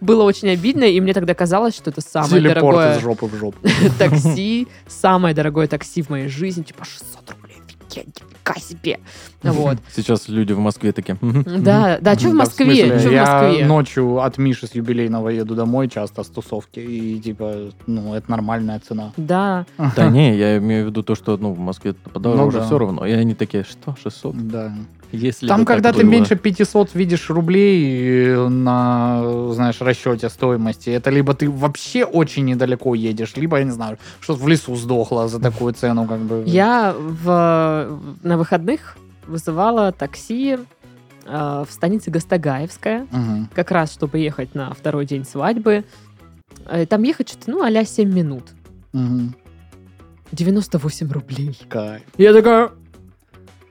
[SPEAKER 1] было очень обидно, и мне тогда казалось, что это самое
[SPEAKER 3] Телепорт
[SPEAKER 1] дорогое.
[SPEAKER 3] из жопы в жопу.
[SPEAKER 1] такси, самое дорогое такси в моей жизни, типа 600 рублей, офигеть, нифига себе. Вот.
[SPEAKER 2] Сейчас люди в Москве такие. «Мгм, мгм».
[SPEAKER 1] Да, да, что в
[SPEAKER 3] Да,
[SPEAKER 1] Москве?
[SPEAKER 3] смысле,
[SPEAKER 1] Чё в
[SPEAKER 3] Я
[SPEAKER 1] Москве?
[SPEAKER 3] ночью от Миши с юбилейного еду домой часто с тусовки. И типа, ну, это нормальная цена.
[SPEAKER 1] Да,
[SPEAKER 2] Да не, я имею в видду то, что ну, в Москве
[SPEAKER 3] Ну
[SPEAKER 2] подороже
[SPEAKER 3] да.
[SPEAKER 2] все равно. И они такие, что, 600?
[SPEAKER 3] Да.
[SPEAKER 2] Если
[SPEAKER 3] Там,
[SPEAKER 2] бы так
[SPEAKER 3] когда ты
[SPEAKER 2] было».
[SPEAKER 3] меньше 500 видишь рублей э, на, знаешь, расчете стоимости, это либо ты вообще очень недалеко едешь, либо, я не знаю, что-то в лесу сдохло за такую цену, как бы.
[SPEAKER 1] я в, на выходных вызывала такси э, в станице Гастагаевская,
[SPEAKER 3] Мгм.
[SPEAKER 1] как раз, чтобы ехать на второй день свадьбы. Э, Там ехать что-то, ну, а-ля 7 минут.
[SPEAKER 3] Мгм.
[SPEAKER 1] 98 рублей.
[SPEAKER 3] Кайф.
[SPEAKER 1] Я такая,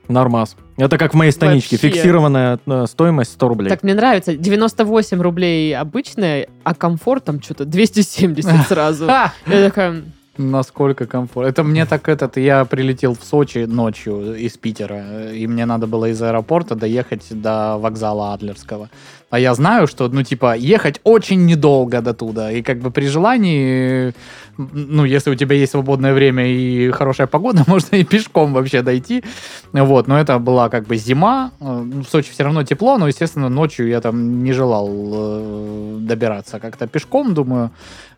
[SPEAKER 2] Нормас. Это как в моей станичке.
[SPEAKER 1] Вообще.
[SPEAKER 2] Фиксированная э, стоимость 100 рублей.
[SPEAKER 1] Так мне нравится. 98 рублей обычная, а комфортом что-то 270 сразу.
[SPEAKER 3] Ха!
[SPEAKER 1] Я такая,
[SPEAKER 3] Насколько комфортно. Это мне так этот... Я прилетел в Сочи ночью из Питера, и мне надо было из аэропорта доехать до вокзала Адлерского. А я знаю, что, ну, типа, ехать очень недолго до туда. И как бы при желании, э, м, ну, если у тебя есть свободное время и хорошая погода, можно и пешком вообще дойти. Вот, но это была как бы зима. Э, ну, В Сочи все равно тепло, но, естественно, ночью я там не желал э, добираться как-то пешком, думаю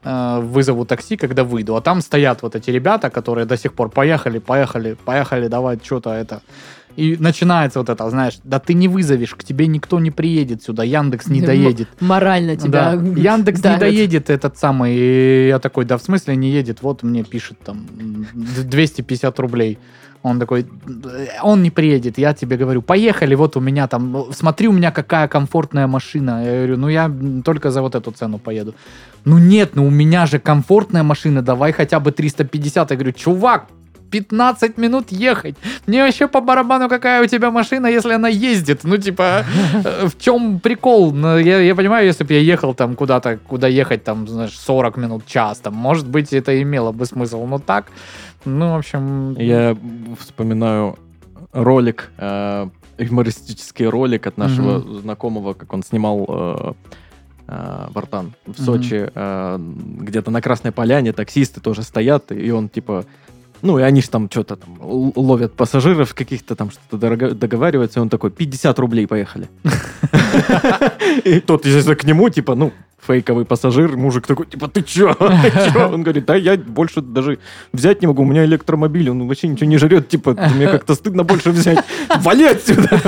[SPEAKER 3] э, вызову такси, когда выйду. А там стоят вот эти ребята, которые до сих пор поехали, поехали, поехали, давай что-то это. И начинается вот это, знаешь, да ты не вызовешь, к тебе никто не приедет сюда, Яндекс не
[SPEAKER 1] М-
[SPEAKER 3] доедет.
[SPEAKER 1] Морально тебя...
[SPEAKER 3] Да. Яндекс не
[SPEAKER 1] давят.
[SPEAKER 3] доедет этот самый. И я такой, да в смысле не едет? Вот мне пишет там м, 250 рублей. Он такой, «Э, он не приедет, я тебе говорю, поехали, вот у меня там, э, смотри, у меня какая комфортная машина. Я говорю, ну я м, только за вот эту цену поеду. Ну нет, ну у меня же комфортная машина, давай хотя бы 350. Я говорю, чувак, 15 минут ехать. Мне вообще по барабану, какая у тебя машина, если она ездит. Ну, типа, э, в чем прикол? Ну, я, я понимаю, если бы я ехал там куда-то, куда ехать, там, знаешь, 40 минут, час, там, может быть, это имело бы смысл. Но так, ну, в общем...
[SPEAKER 2] Я вспоминаю ролик, э, юмористический ролик от нашего знакомого, как он снимал э, э, Вартан в
[SPEAKER 3] Мгм.
[SPEAKER 2] Сочи, э, где-то на Красной Поляне таксисты тоже стоят, и он типа... Ну, и они же там что-то там л- ловят пассажиров, каких-то там что-то дорого- договариваются, и он такой, 50 рублей, поехали. И тот, если к нему, типа, ну, фейковый пассажир, мужик такой, типа, ты чё? Ты чё?» Он говорит, да я больше даже взять не могу, у меня электромобиль, он вообще ничего не жрет, типа, мне как-то стыдно больше взять. Вали отсюда!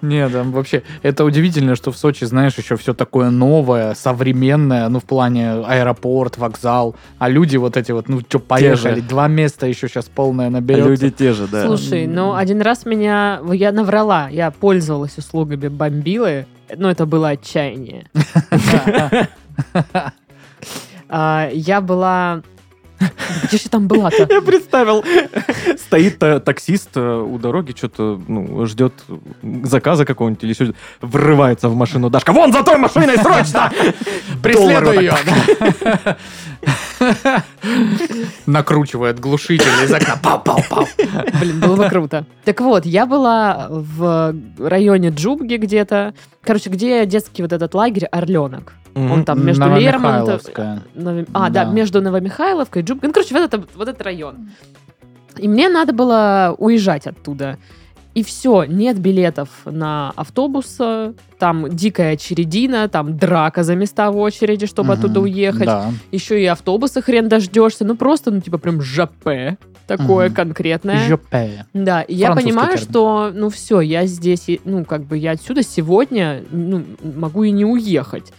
[SPEAKER 3] Не, там вообще, это удивительно, что в Сочи, знаешь, еще все такое новое, современное, ну, в плане аэропорт, вокзал, а люди вот эти вот, ну, что, поехали, два места еще сейчас полное наберется.
[SPEAKER 2] те же,
[SPEAKER 1] Слушай, ну один раз меня... Я наврала, я пользовалась услугами бомбилы, но это было отчаяние. А, Я была... Где же я там была-то?
[SPEAKER 2] Я представил, стоит та- таксист э, у дороги, что-то ну, ждет заказа какого-нибудь или еще что-то. врывается в машину Дашка. Вон за той машиной, срочно!
[SPEAKER 3] Преследуй
[SPEAKER 2] Доллар
[SPEAKER 3] ее. Накручивает глушитель из окна. Пау-пау-пау.
[SPEAKER 1] Блин, было бы круто. Так вот, я была в районе Джубги где-то. Короче, где детский вот этот лагерь «Орленок». Он там между Лермонтов...
[SPEAKER 3] Новомихайловская.
[SPEAKER 1] Нови- А, да.
[SPEAKER 3] Да.
[SPEAKER 1] между Новомихайловкой и Джуб... Ну, короче, вот, это, вот этот район. И мне надо было уезжать оттуда. И все, нет билетов на автобус, э, там дикая очередина, там драка за места в очереди, чтобы
[SPEAKER 3] Мгм.
[SPEAKER 1] оттуда уехать.
[SPEAKER 3] Да.
[SPEAKER 1] Еще и автобуса хрен дождешься. Ну, просто, ну, типа, прям жапе такое
[SPEAKER 3] Мгм.
[SPEAKER 1] конкретное.
[SPEAKER 3] Жопе.
[SPEAKER 1] Да, и я
[SPEAKER 3] Французский
[SPEAKER 1] понимаю,
[SPEAKER 3] термин.
[SPEAKER 1] что, ну, все, я здесь, и- ну, как бы я отсюда сегодня, ну, могу и не уехать.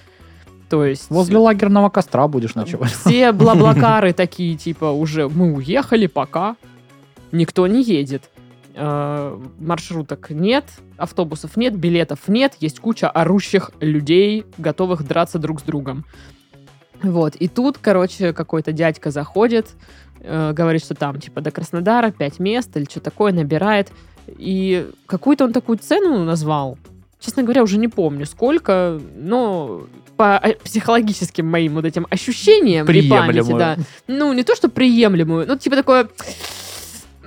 [SPEAKER 1] То есть...
[SPEAKER 3] Возле лагерного костра будешь ночевать.
[SPEAKER 1] Все блаблакары такие, типа, уже мы уехали, пока. Никто не едет. Э, Маршруток нет, автобусов нет, билетов нет, есть куча орущих людей, готовых драться друг с другом. Вот, и тут, короче, какой-то дядька заходит, э, говорит, что там, типа, до Краснодара 5 мест или что такое, набирает. И какую-то он такую цену назвал. Честно говоря, уже не помню, сколько, но по э, психологическим моим вот этим ощущениям при памяти,
[SPEAKER 3] Приемлемую.
[SPEAKER 1] да. Ну, не то, что приемлемую, ну, типа такое...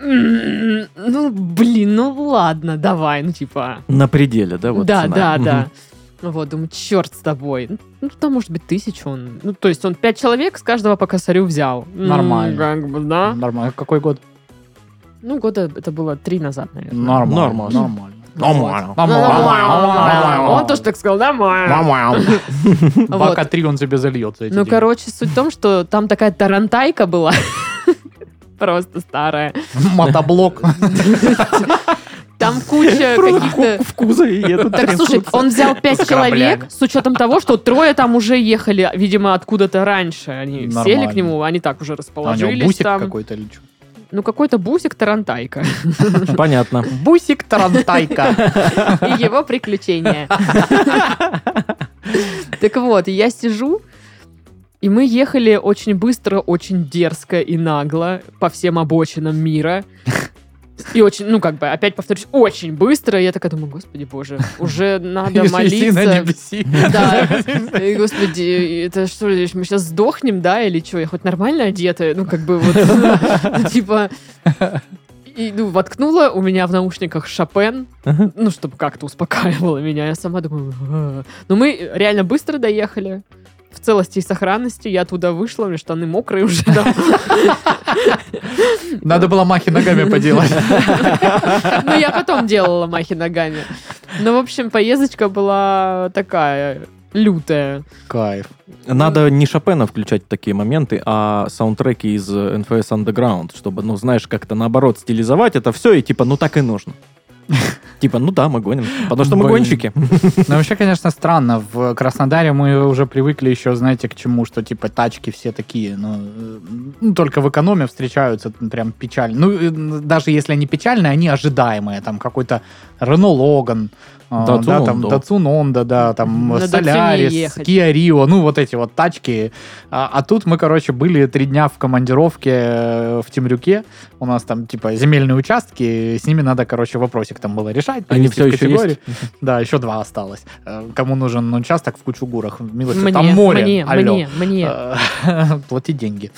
[SPEAKER 1] «М, Ну, блин, ну ладно, давай, ну, типа...
[SPEAKER 2] На пределе, да? вот
[SPEAKER 1] да,
[SPEAKER 2] цена?
[SPEAKER 1] да,
[SPEAKER 2] Мгм.
[SPEAKER 1] да. Ну вот, думаю, черт с тобой. Ну, там, может быть, тысячу он... Ну, то есть он пять человек с каждого по косарю взял. М,
[SPEAKER 3] Нормально.
[SPEAKER 1] как бы, да.
[SPEAKER 3] Нормально. Какой год?
[SPEAKER 1] Ну, года это было три назад, наверное.
[SPEAKER 3] Нормально.
[SPEAKER 2] Нормально.
[SPEAKER 3] Нормально.
[SPEAKER 2] Нормально.
[SPEAKER 1] Ну, нормально, нормально.
[SPEAKER 3] Нормально.
[SPEAKER 1] Он тоже так сказал, нормально.
[SPEAKER 3] Нормально.
[SPEAKER 1] Вот.
[SPEAKER 3] Бака три он тебе зальет за эти
[SPEAKER 1] Ну,
[SPEAKER 3] деньги.
[SPEAKER 1] короче, суть в том, что там такая тарантайка была. Просто старая.
[SPEAKER 3] Мотоблок. А
[SPEAKER 1] Там куча
[SPEAKER 2] Просто
[SPEAKER 1] каких-то...
[SPEAKER 2] ку- в кузове едут.
[SPEAKER 1] Так, слушай,
[SPEAKER 2] трясутся.
[SPEAKER 1] он взял пять
[SPEAKER 3] С кораблями.
[SPEAKER 1] человек, с учетом того, что трое там уже ехали, видимо, откуда-то раньше. Они сели
[SPEAKER 3] Нормально.
[SPEAKER 1] к нему, они так уже
[SPEAKER 3] А У него
[SPEAKER 1] расположились
[SPEAKER 3] бусик
[SPEAKER 1] там.
[SPEAKER 3] какой-то или что?
[SPEAKER 1] Ну, какой-то бусик Тарантайка.
[SPEAKER 2] Понятно.
[SPEAKER 3] Бусик Тарантайка.
[SPEAKER 1] И его приключения. Так вот, я сижу, и мы ехали очень быстро, очень дерзко и нагло по всем обочинам мира. И очень, ну, как бы, опять повторюсь, очень быстро. Я такая думаю, господи боже, уже надо
[SPEAKER 3] Иди на
[SPEAKER 1] молиться.
[SPEAKER 3] небеси.
[SPEAKER 1] Да. И, Господи, это что, ли, мы сейчас сдохнем, да, или что? Я хоть нормально одетая? Ну, как бы вот, ну, типа... И, ну, воткнула у меня в наушниках Шопен,
[SPEAKER 2] Ага.
[SPEAKER 1] ну, чтобы как-то успокаивало меня. Я сама думаю... «А». Но мы реально быстро доехали. В целости и сохранности. Я оттуда вышла, у меня штаны мокрые уже. да.
[SPEAKER 3] Надо было махи ногами поделать.
[SPEAKER 1] Но Ну, я потом делала махи ногами. Ну, в общем, поездочка была такая лютая.
[SPEAKER 3] Кайф.
[SPEAKER 2] Надо не Шопена включать в такие моменты, а саундтреки из э, NFS Underground, чтобы, ну, знаешь, как-то наоборот стилизовать это все, и типа, ну так и нужно. Типа, ну да, мы гоним. Потому что мы
[SPEAKER 3] Блин.
[SPEAKER 2] гонщики.
[SPEAKER 3] Ну, вообще, конечно, странно. В Краснодаре мы уже привыкли еще, знаете, к чему, что, типа, тачки все такие, ну, э, ну, только в экономе встречаются м, прям печально. Ну, э, даже если они печальные, они ожидаемые. Там какой-то Рено Логан, э,
[SPEAKER 2] Datsun
[SPEAKER 3] да, там
[SPEAKER 2] Hondo.
[SPEAKER 3] Datsun Honda, да, там
[SPEAKER 1] На Datsun не
[SPEAKER 3] Солярис,
[SPEAKER 1] ехать.
[SPEAKER 3] Kia Rio, ну, вот эти вот тачки. А, а тут мы, короче, были три дня в командировке э, в Темрюке. У нас там, типа, земельные участки, с ними надо, короче, вопросик там было решать.
[SPEAKER 2] Они
[SPEAKER 3] привести
[SPEAKER 2] все
[SPEAKER 3] в
[SPEAKER 2] еще
[SPEAKER 3] категорию.
[SPEAKER 2] есть.
[SPEAKER 3] Да, еще два осталось. Э, Кому нужен участок в Кучугурах? Милости,
[SPEAKER 1] Мне,
[SPEAKER 3] там море.
[SPEAKER 1] мне,
[SPEAKER 3] Алло.
[SPEAKER 1] мне, мне.
[SPEAKER 3] Э, Плати деньги.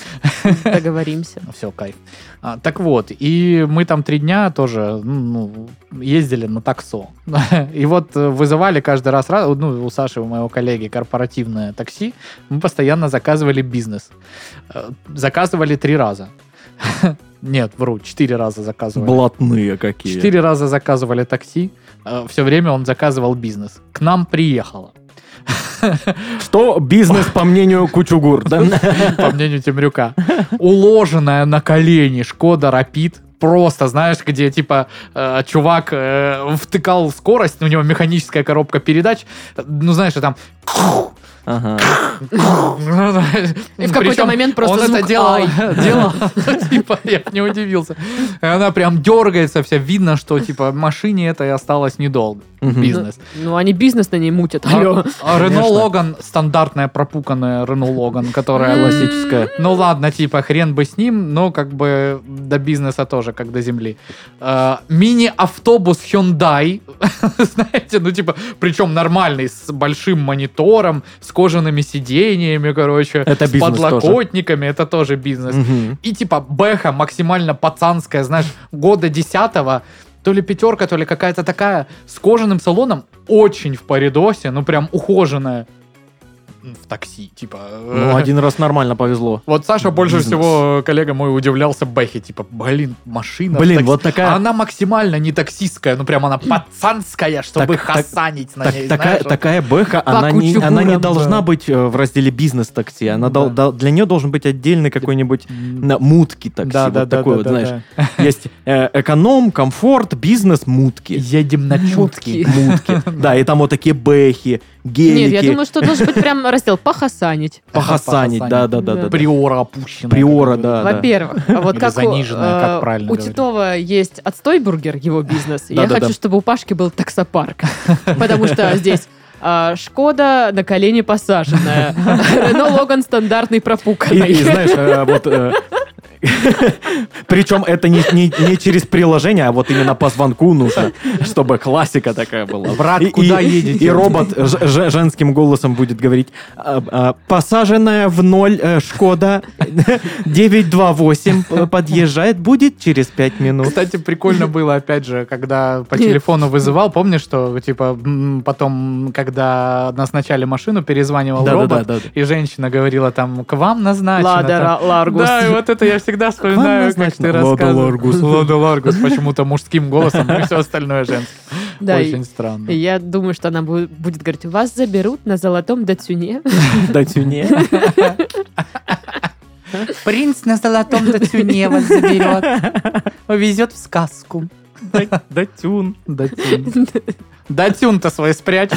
[SPEAKER 1] Договоримся.
[SPEAKER 3] Все, кайф. А, так вот, и мы там три дня тоже ну, ездили на таксо. И вот э, вызывали каждый раз, раз- ну, у Саши, у моего коллеги, корпоративное такси. Мы постоянно заказывали бизнес. Э, Заказывали три раза. Нет, вру, четыре раза заказывали.
[SPEAKER 2] Блатные какие.
[SPEAKER 3] Четыре раза заказывали такси, все время он заказывал бизнес. К нам приехало.
[SPEAKER 2] Что бизнес, по мнению Кучугур? да?
[SPEAKER 3] По мнению Темрюка. Уложенная на колени Шкода Рапид. Просто, знаешь, где, типа, э, чувак э, втыкал скорость, у него механическая коробка передач, ну, знаешь, и там...
[SPEAKER 2] Ага.
[SPEAKER 1] И в какой-то
[SPEAKER 3] Причем
[SPEAKER 1] момент просто
[SPEAKER 3] он
[SPEAKER 1] звук
[SPEAKER 3] это делал,
[SPEAKER 1] «ай».
[SPEAKER 3] делал, типа, я б не удивился. И Она прям дергается вся, видно, что, типа, машине этой осталось недолго.
[SPEAKER 2] Мгм.
[SPEAKER 3] Бизнес.
[SPEAKER 1] Ну, они бизнес на ней мутят. Алло.
[SPEAKER 3] А Рено
[SPEAKER 2] Конечно.
[SPEAKER 3] Логан стандартная пропуканная Рено Логан, которая
[SPEAKER 1] М.
[SPEAKER 3] лосит.
[SPEAKER 2] Классическая.
[SPEAKER 3] Ну ладно, типа хрен бы с ним, но как бы до бизнеса тоже, как до земли. Э, Мини-автобус Hyundai, знаете, ну типа, причем нормальный, с большим монитором, с кожаными сидениями, короче,
[SPEAKER 2] Это
[SPEAKER 3] с
[SPEAKER 2] бизнес тоже.
[SPEAKER 3] подлокотниками, это тоже бизнес.
[SPEAKER 2] Мгм.
[SPEAKER 3] И типа бэха максимально пацанская, знаешь, года десятого, то ли пятерка, то ли какая-то такая, с кожаным салоном, очень в паридосе, ну прям ухоженная. В такси, типа.
[SPEAKER 2] Ну, один раз нормально повезло.
[SPEAKER 3] Вот Саша больше
[SPEAKER 2] Бизнес.
[SPEAKER 3] всего, коллега мой, удивлялся Бэхе, типа, блин, машина. в
[SPEAKER 2] Блин,
[SPEAKER 3] такси».
[SPEAKER 2] вот такая...
[SPEAKER 3] А Она максимально не таксистская, ну прям она пацанская, чтобы
[SPEAKER 2] Так- так-
[SPEAKER 3] хасанить на
[SPEAKER 2] Так-
[SPEAKER 3] ней,
[SPEAKER 2] такая,
[SPEAKER 3] знаешь, вот.
[SPEAKER 2] такая бэха, она не,
[SPEAKER 1] кучугурам,
[SPEAKER 2] она не
[SPEAKER 1] да.
[SPEAKER 2] должна быть э, в разделе бизнес-такси. Она дол-
[SPEAKER 3] Да.
[SPEAKER 2] дол- для нее должен быть отдельный какой-нибудь на мутки такси.
[SPEAKER 3] Да,
[SPEAKER 2] вот
[SPEAKER 3] да, да,
[SPEAKER 2] такой
[SPEAKER 3] да,
[SPEAKER 2] вот,
[SPEAKER 3] да,
[SPEAKER 2] знаешь.
[SPEAKER 3] да.
[SPEAKER 2] Есть э, эконом, комфорт, бизнес, мутки.
[SPEAKER 3] Едем
[SPEAKER 2] Ну,
[SPEAKER 3] на чутки.
[SPEAKER 1] Мутки.
[SPEAKER 2] Мутки. Да, и там вот такие бэхи,
[SPEAKER 1] Нет, я думаю,
[SPEAKER 2] гелики,
[SPEAKER 1] что должен быть прям раздел «похасанить».
[SPEAKER 2] похасанить. Да, да, да, да. да.
[SPEAKER 3] Приора опущенная.
[SPEAKER 2] Приора,
[SPEAKER 3] как бы.
[SPEAKER 2] да, да.
[SPEAKER 1] Во-первых, а вот
[SPEAKER 3] Или
[SPEAKER 1] как у,
[SPEAKER 3] заниженная, как
[SPEAKER 1] э,
[SPEAKER 3] правильно
[SPEAKER 1] у
[SPEAKER 3] говорить.
[SPEAKER 1] Титова есть отстойбургер, его бизнес. и Я
[SPEAKER 2] Да-да-да.
[SPEAKER 1] хочу, чтобы у Пашки был таксопарк. Потому что здесь а, Шкода на колени посаженная. Рено Логан стандартный
[SPEAKER 2] И, и
[SPEAKER 1] пропуканный.
[SPEAKER 2] знаешь, э, вот... э, Причем это не, не- не через приложение, а вот именно по звонку нужно, чтобы классика такая была.
[SPEAKER 3] Брат,
[SPEAKER 2] И-
[SPEAKER 3] куда
[SPEAKER 2] и,
[SPEAKER 3] едете?
[SPEAKER 2] И робот ж- ж- женским голосом будет говорить, «А, а, посаженная в ноль э, Шкода 928 э, подъезжает, будет через 5 минут.
[SPEAKER 3] Кстати, прикольно было, опять же, когда по телефону вызывал, помнишь, что, типа, м, потом, когда нас начали машину,
[SPEAKER 2] а
[SPEAKER 3] перезванивал робот,
[SPEAKER 2] да.
[SPEAKER 3] и женщина говорила там, к вам назначено. там,
[SPEAKER 1] Ладера, Ларгус.
[SPEAKER 3] Да, и вот это я всегда вспоминаю, как ты
[SPEAKER 2] назначено. Лада
[SPEAKER 3] рассказывал.
[SPEAKER 2] Ларгус.
[SPEAKER 3] Лада Ларгус, почему-то мужским голосом, и все остальное женским.
[SPEAKER 1] Да, и-
[SPEAKER 3] Очень странно.
[SPEAKER 1] и Я думаю, что она бу- будет говорить, вас заберут на золотом датюне.
[SPEAKER 2] Да, тюне.
[SPEAKER 3] Принц на золотом датюне вас заберет, увезет в сказку.
[SPEAKER 2] Да, тюн.
[SPEAKER 3] Датюн. Датюн-то свой спрячь.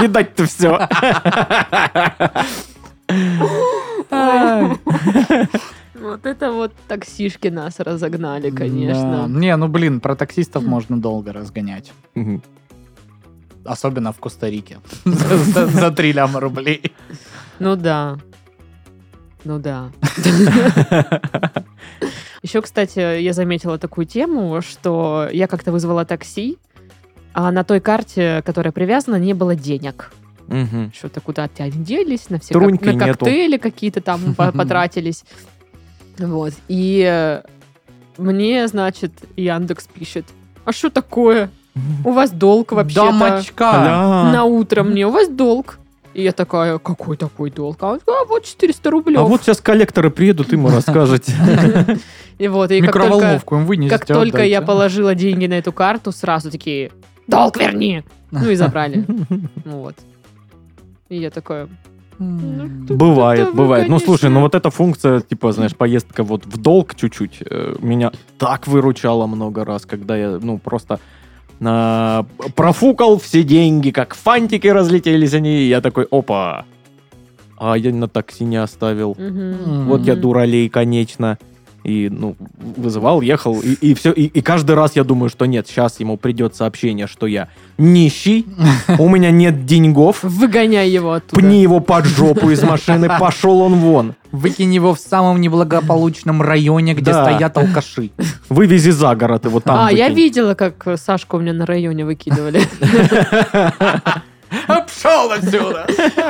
[SPEAKER 2] Видать-то все.
[SPEAKER 1] Вот это вот таксишки нас разогнали,
[SPEAKER 3] Да.
[SPEAKER 1] конечно.
[SPEAKER 3] Не, ну блин, про таксистов можно долго разгонять. Особенно в Коста-Рике. За- За за три ляма рублей.
[SPEAKER 1] Ну да. Ну да. Еще, кстати, я заметила такую тему, что я как-то вызвала такси, а на той карте, которая привязана, не было денег.
[SPEAKER 2] Мгм.
[SPEAKER 1] Что-то куда-то они делись, на все
[SPEAKER 2] Труньки
[SPEAKER 1] на
[SPEAKER 2] нету.
[SPEAKER 1] коктейли какие-то там по- потратились. Вот. И э, мне, значит, Яндекс пишет, а что такое? У вас долг вообще-то
[SPEAKER 3] Дамочка.
[SPEAKER 2] Ля.
[SPEAKER 1] на утро мне, у вас долг. И я такая, какой такой долг? А, он говорит, «А вот 400 рублей.
[SPEAKER 2] А вот сейчас коллекторы приедут, им и расскажете.
[SPEAKER 1] И вот, и как только,
[SPEAKER 3] Микроволновку им вынесите.
[SPEAKER 1] как только я
[SPEAKER 3] отдайте.
[SPEAKER 1] положила деньги на эту карту, сразу такие, долг верни! Ну и забрали. Вот. И я такая,
[SPEAKER 3] М.
[SPEAKER 2] Бывает,
[SPEAKER 1] вы,
[SPEAKER 2] бывает. Ну, слушай,
[SPEAKER 1] конечно.
[SPEAKER 2] ну вот эта функция, типа, знаешь, поездка вот в долг чуть-чуть, э, меня так выручала много раз, когда я, ну, просто а, профукал все деньги, как фантики разлетелись они, и я такой, опа, а я на такси не оставил.
[SPEAKER 1] Мгм.
[SPEAKER 2] Вот я
[SPEAKER 1] Мгм.
[SPEAKER 2] дуралей, конечно. И, ну, вызывал, ехал, и, и все. И, и каждый раз я думаю, что нет, сейчас ему придет сообщение, что я нищий, у меня нет деньгов,
[SPEAKER 1] Выгоняй его оттуда.
[SPEAKER 2] пни его под жопу из машины, пошел он вон.
[SPEAKER 3] Выкинь его в самом неблагополучном районе, где
[SPEAKER 2] Да.
[SPEAKER 3] стоят алкаши.
[SPEAKER 2] Вывези за город его там.
[SPEAKER 1] а, я
[SPEAKER 2] выкинь.
[SPEAKER 1] видела, как э, Сашку у меня на районе выкидывали.
[SPEAKER 3] Пшел отсюда!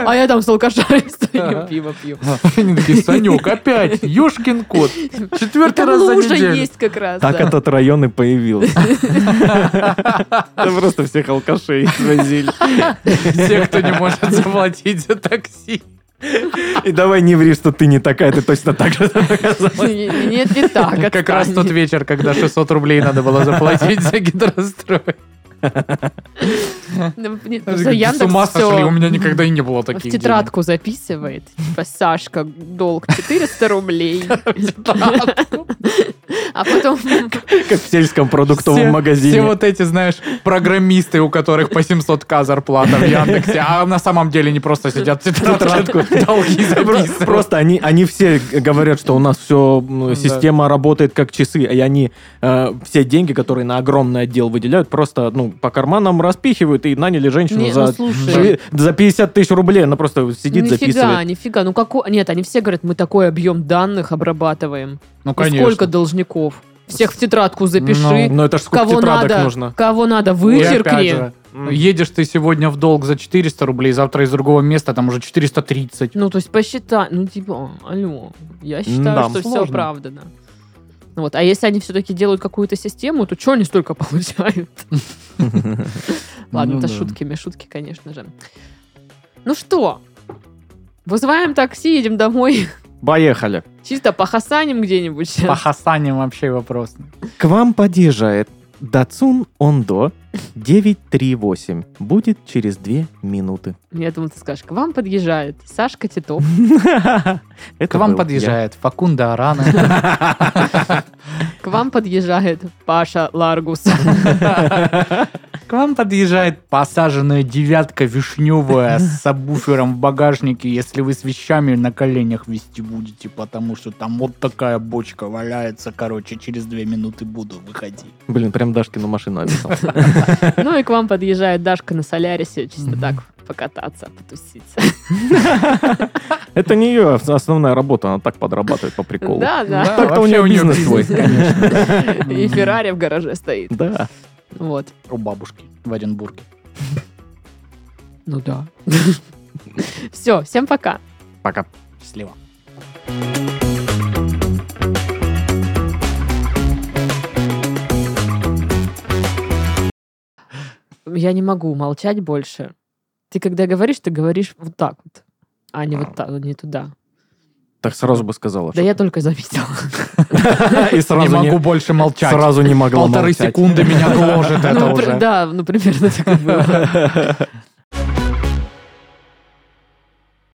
[SPEAKER 1] А я там с алкашами стою, пиво пью.
[SPEAKER 3] Они такие, Санек, опять, ёшкин кот. Четвертый
[SPEAKER 1] Там
[SPEAKER 3] раз за
[SPEAKER 1] лужа
[SPEAKER 3] неделю.
[SPEAKER 1] есть как раз.
[SPEAKER 2] Так
[SPEAKER 1] да.
[SPEAKER 2] этот район и появился. Это просто всех алкашей свозили.
[SPEAKER 3] Все, кто не может заплатить за такси.
[SPEAKER 2] И давай не ври, что ты не такая, ты точно так же там оказалась.
[SPEAKER 1] Нет, не так.
[SPEAKER 3] А Как раз
[SPEAKER 1] отстань.
[SPEAKER 3] тот вечер, когда 600 рублей надо было заплатить за гидрострой.
[SPEAKER 1] Ну, нет, ну,
[SPEAKER 3] Они
[SPEAKER 1] За
[SPEAKER 3] такие, С ума
[SPEAKER 1] Яндекс
[SPEAKER 3] сошли, у
[SPEAKER 1] все
[SPEAKER 3] меня никогда и не было
[SPEAKER 1] в
[SPEAKER 3] таких денег.
[SPEAKER 1] тетрадку записывает. Типа, Сашка, долг 400 рублей. А потом...
[SPEAKER 2] Как в сельском
[SPEAKER 3] Все-
[SPEAKER 2] продуктовом
[SPEAKER 3] Все
[SPEAKER 2] магазине.
[SPEAKER 3] вот эти, знаешь, программисты, у которых по 700к зарплата в Яндексе, а на самом деле не просто сидят в тетрадку, долги
[SPEAKER 2] Просто
[SPEAKER 3] записывают.
[SPEAKER 2] просто они, они все говорят, что у нас все система работает как часы, и они э, все деньги, которые на огромный отдел выделяют, просто ну по карманам распихивают и наняли женщину
[SPEAKER 1] Не,
[SPEAKER 2] за
[SPEAKER 1] ну, слушай.
[SPEAKER 2] шеви- за 50 тысяч рублей, она просто сидит
[SPEAKER 1] Нифига,
[SPEAKER 2] записывает.
[SPEAKER 1] нифига. Ну, какой... Нет, они все говорят, мы такой объем данных обрабатываем.
[SPEAKER 3] Ну,
[SPEAKER 1] И Сколько должников? Всех в тетрадку запиши.
[SPEAKER 2] Но Ну, это ж сколько
[SPEAKER 1] Кого
[SPEAKER 2] тетрадок
[SPEAKER 1] надо,
[SPEAKER 2] нужно.
[SPEAKER 1] кого надо,
[SPEAKER 3] И опять
[SPEAKER 1] вычеркни.
[SPEAKER 3] же, Едешь ты сегодня в долг за 400 рублей, завтра из другого места там уже 430.
[SPEAKER 1] Ну, то есть посчитай. Ну, типа, алло. Я считаю,
[SPEAKER 2] Да,
[SPEAKER 1] что все
[SPEAKER 3] сложно.
[SPEAKER 1] оправдано. Вот. А если они все-таки делают какую-то систему, то что они столько получают? Ладно,
[SPEAKER 3] Ну
[SPEAKER 1] это
[SPEAKER 3] да.
[SPEAKER 1] шутками, шутки, конечно же. Ну что, вызываем такси, едем домой.
[SPEAKER 2] Поехали.
[SPEAKER 1] Чисто похасаним где-нибудь.
[SPEAKER 3] По
[SPEAKER 1] щас.
[SPEAKER 3] Хасане вообще вопрос.
[SPEAKER 2] К вам подъезжает Дацун Ондо 938. Будет через 2 минуты.
[SPEAKER 1] Я думал, ты скажешь, к вам подъезжает Сашка Титов.
[SPEAKER 2] К
[SPEAKER 3] К вам подъезжает Факунда Арана.
[SPEAKER 1] К вам подъезжает Паша Ларгус.
[SPEAKER 3] К вам подъезжает посаженная девятка вишневая с сабвуфером в багажнике, если вы с вещами на коленях вести будете, потому что там вот такая бочка валяется, короче, через две минуты буду, выходи.
[SPEAKER 2] Блин, прям Дашкину машину описал.
[SPEAKER 1] Ну и к вам подъезжает Дашка на Солярисе. Чисто так покататься, потуситься.
[SPEAKER 2] Это не ее основная работа, она так подрабатывает по приколу.
[SPEAKER 1] Да, да.
[SPEAKER 2] Так-то у
[SPEAKER 3] вообще
[SPEAKER 2] нее
[SPEAKER 3] у нее
[SPEAKER 2] бизнес свой.
[SPEAKER 3] бизнес, конечно.
[SPEAKER 1] И Феррари в гараже стоит.
[SPEAKER 2] Да.
[SPEAKER 1] Вот.
[SPEAKER 3] У бабушки в Оренбурге.
[SPEAKER 1] Ну да. Все, всем пока.
[SPEAKER 2] Пока.
[SPEAKER 3] Счастливо.
[SPEAKER 1] Я не могу молчать больше. Ты когда говоришь, ты говоришь вот так вот, а не вот так, не туда.
[SPEAKER 2] Так сразу бы сказала.
[SPEAKER 1] Да я только заметила.
[SPEAKER 2] что- И
[SPEAKER 3] Не
[SPEAKER 2] сразу
[SPEAKER 3] могу
[SPEAKER 2] не-
[SPEAKER 3] больше молчать.
[SPEAKER 2] сразу не могла
[SPEAKER 3] Полторы
[SPEAKER 2] молчать.
[SPEAKER 3] секунды меня гложет это
[SPEAKER 1] Ну, при-
[SPEAKER 3] уже.
[SPEAKER 1] Да, ну примерно так и было.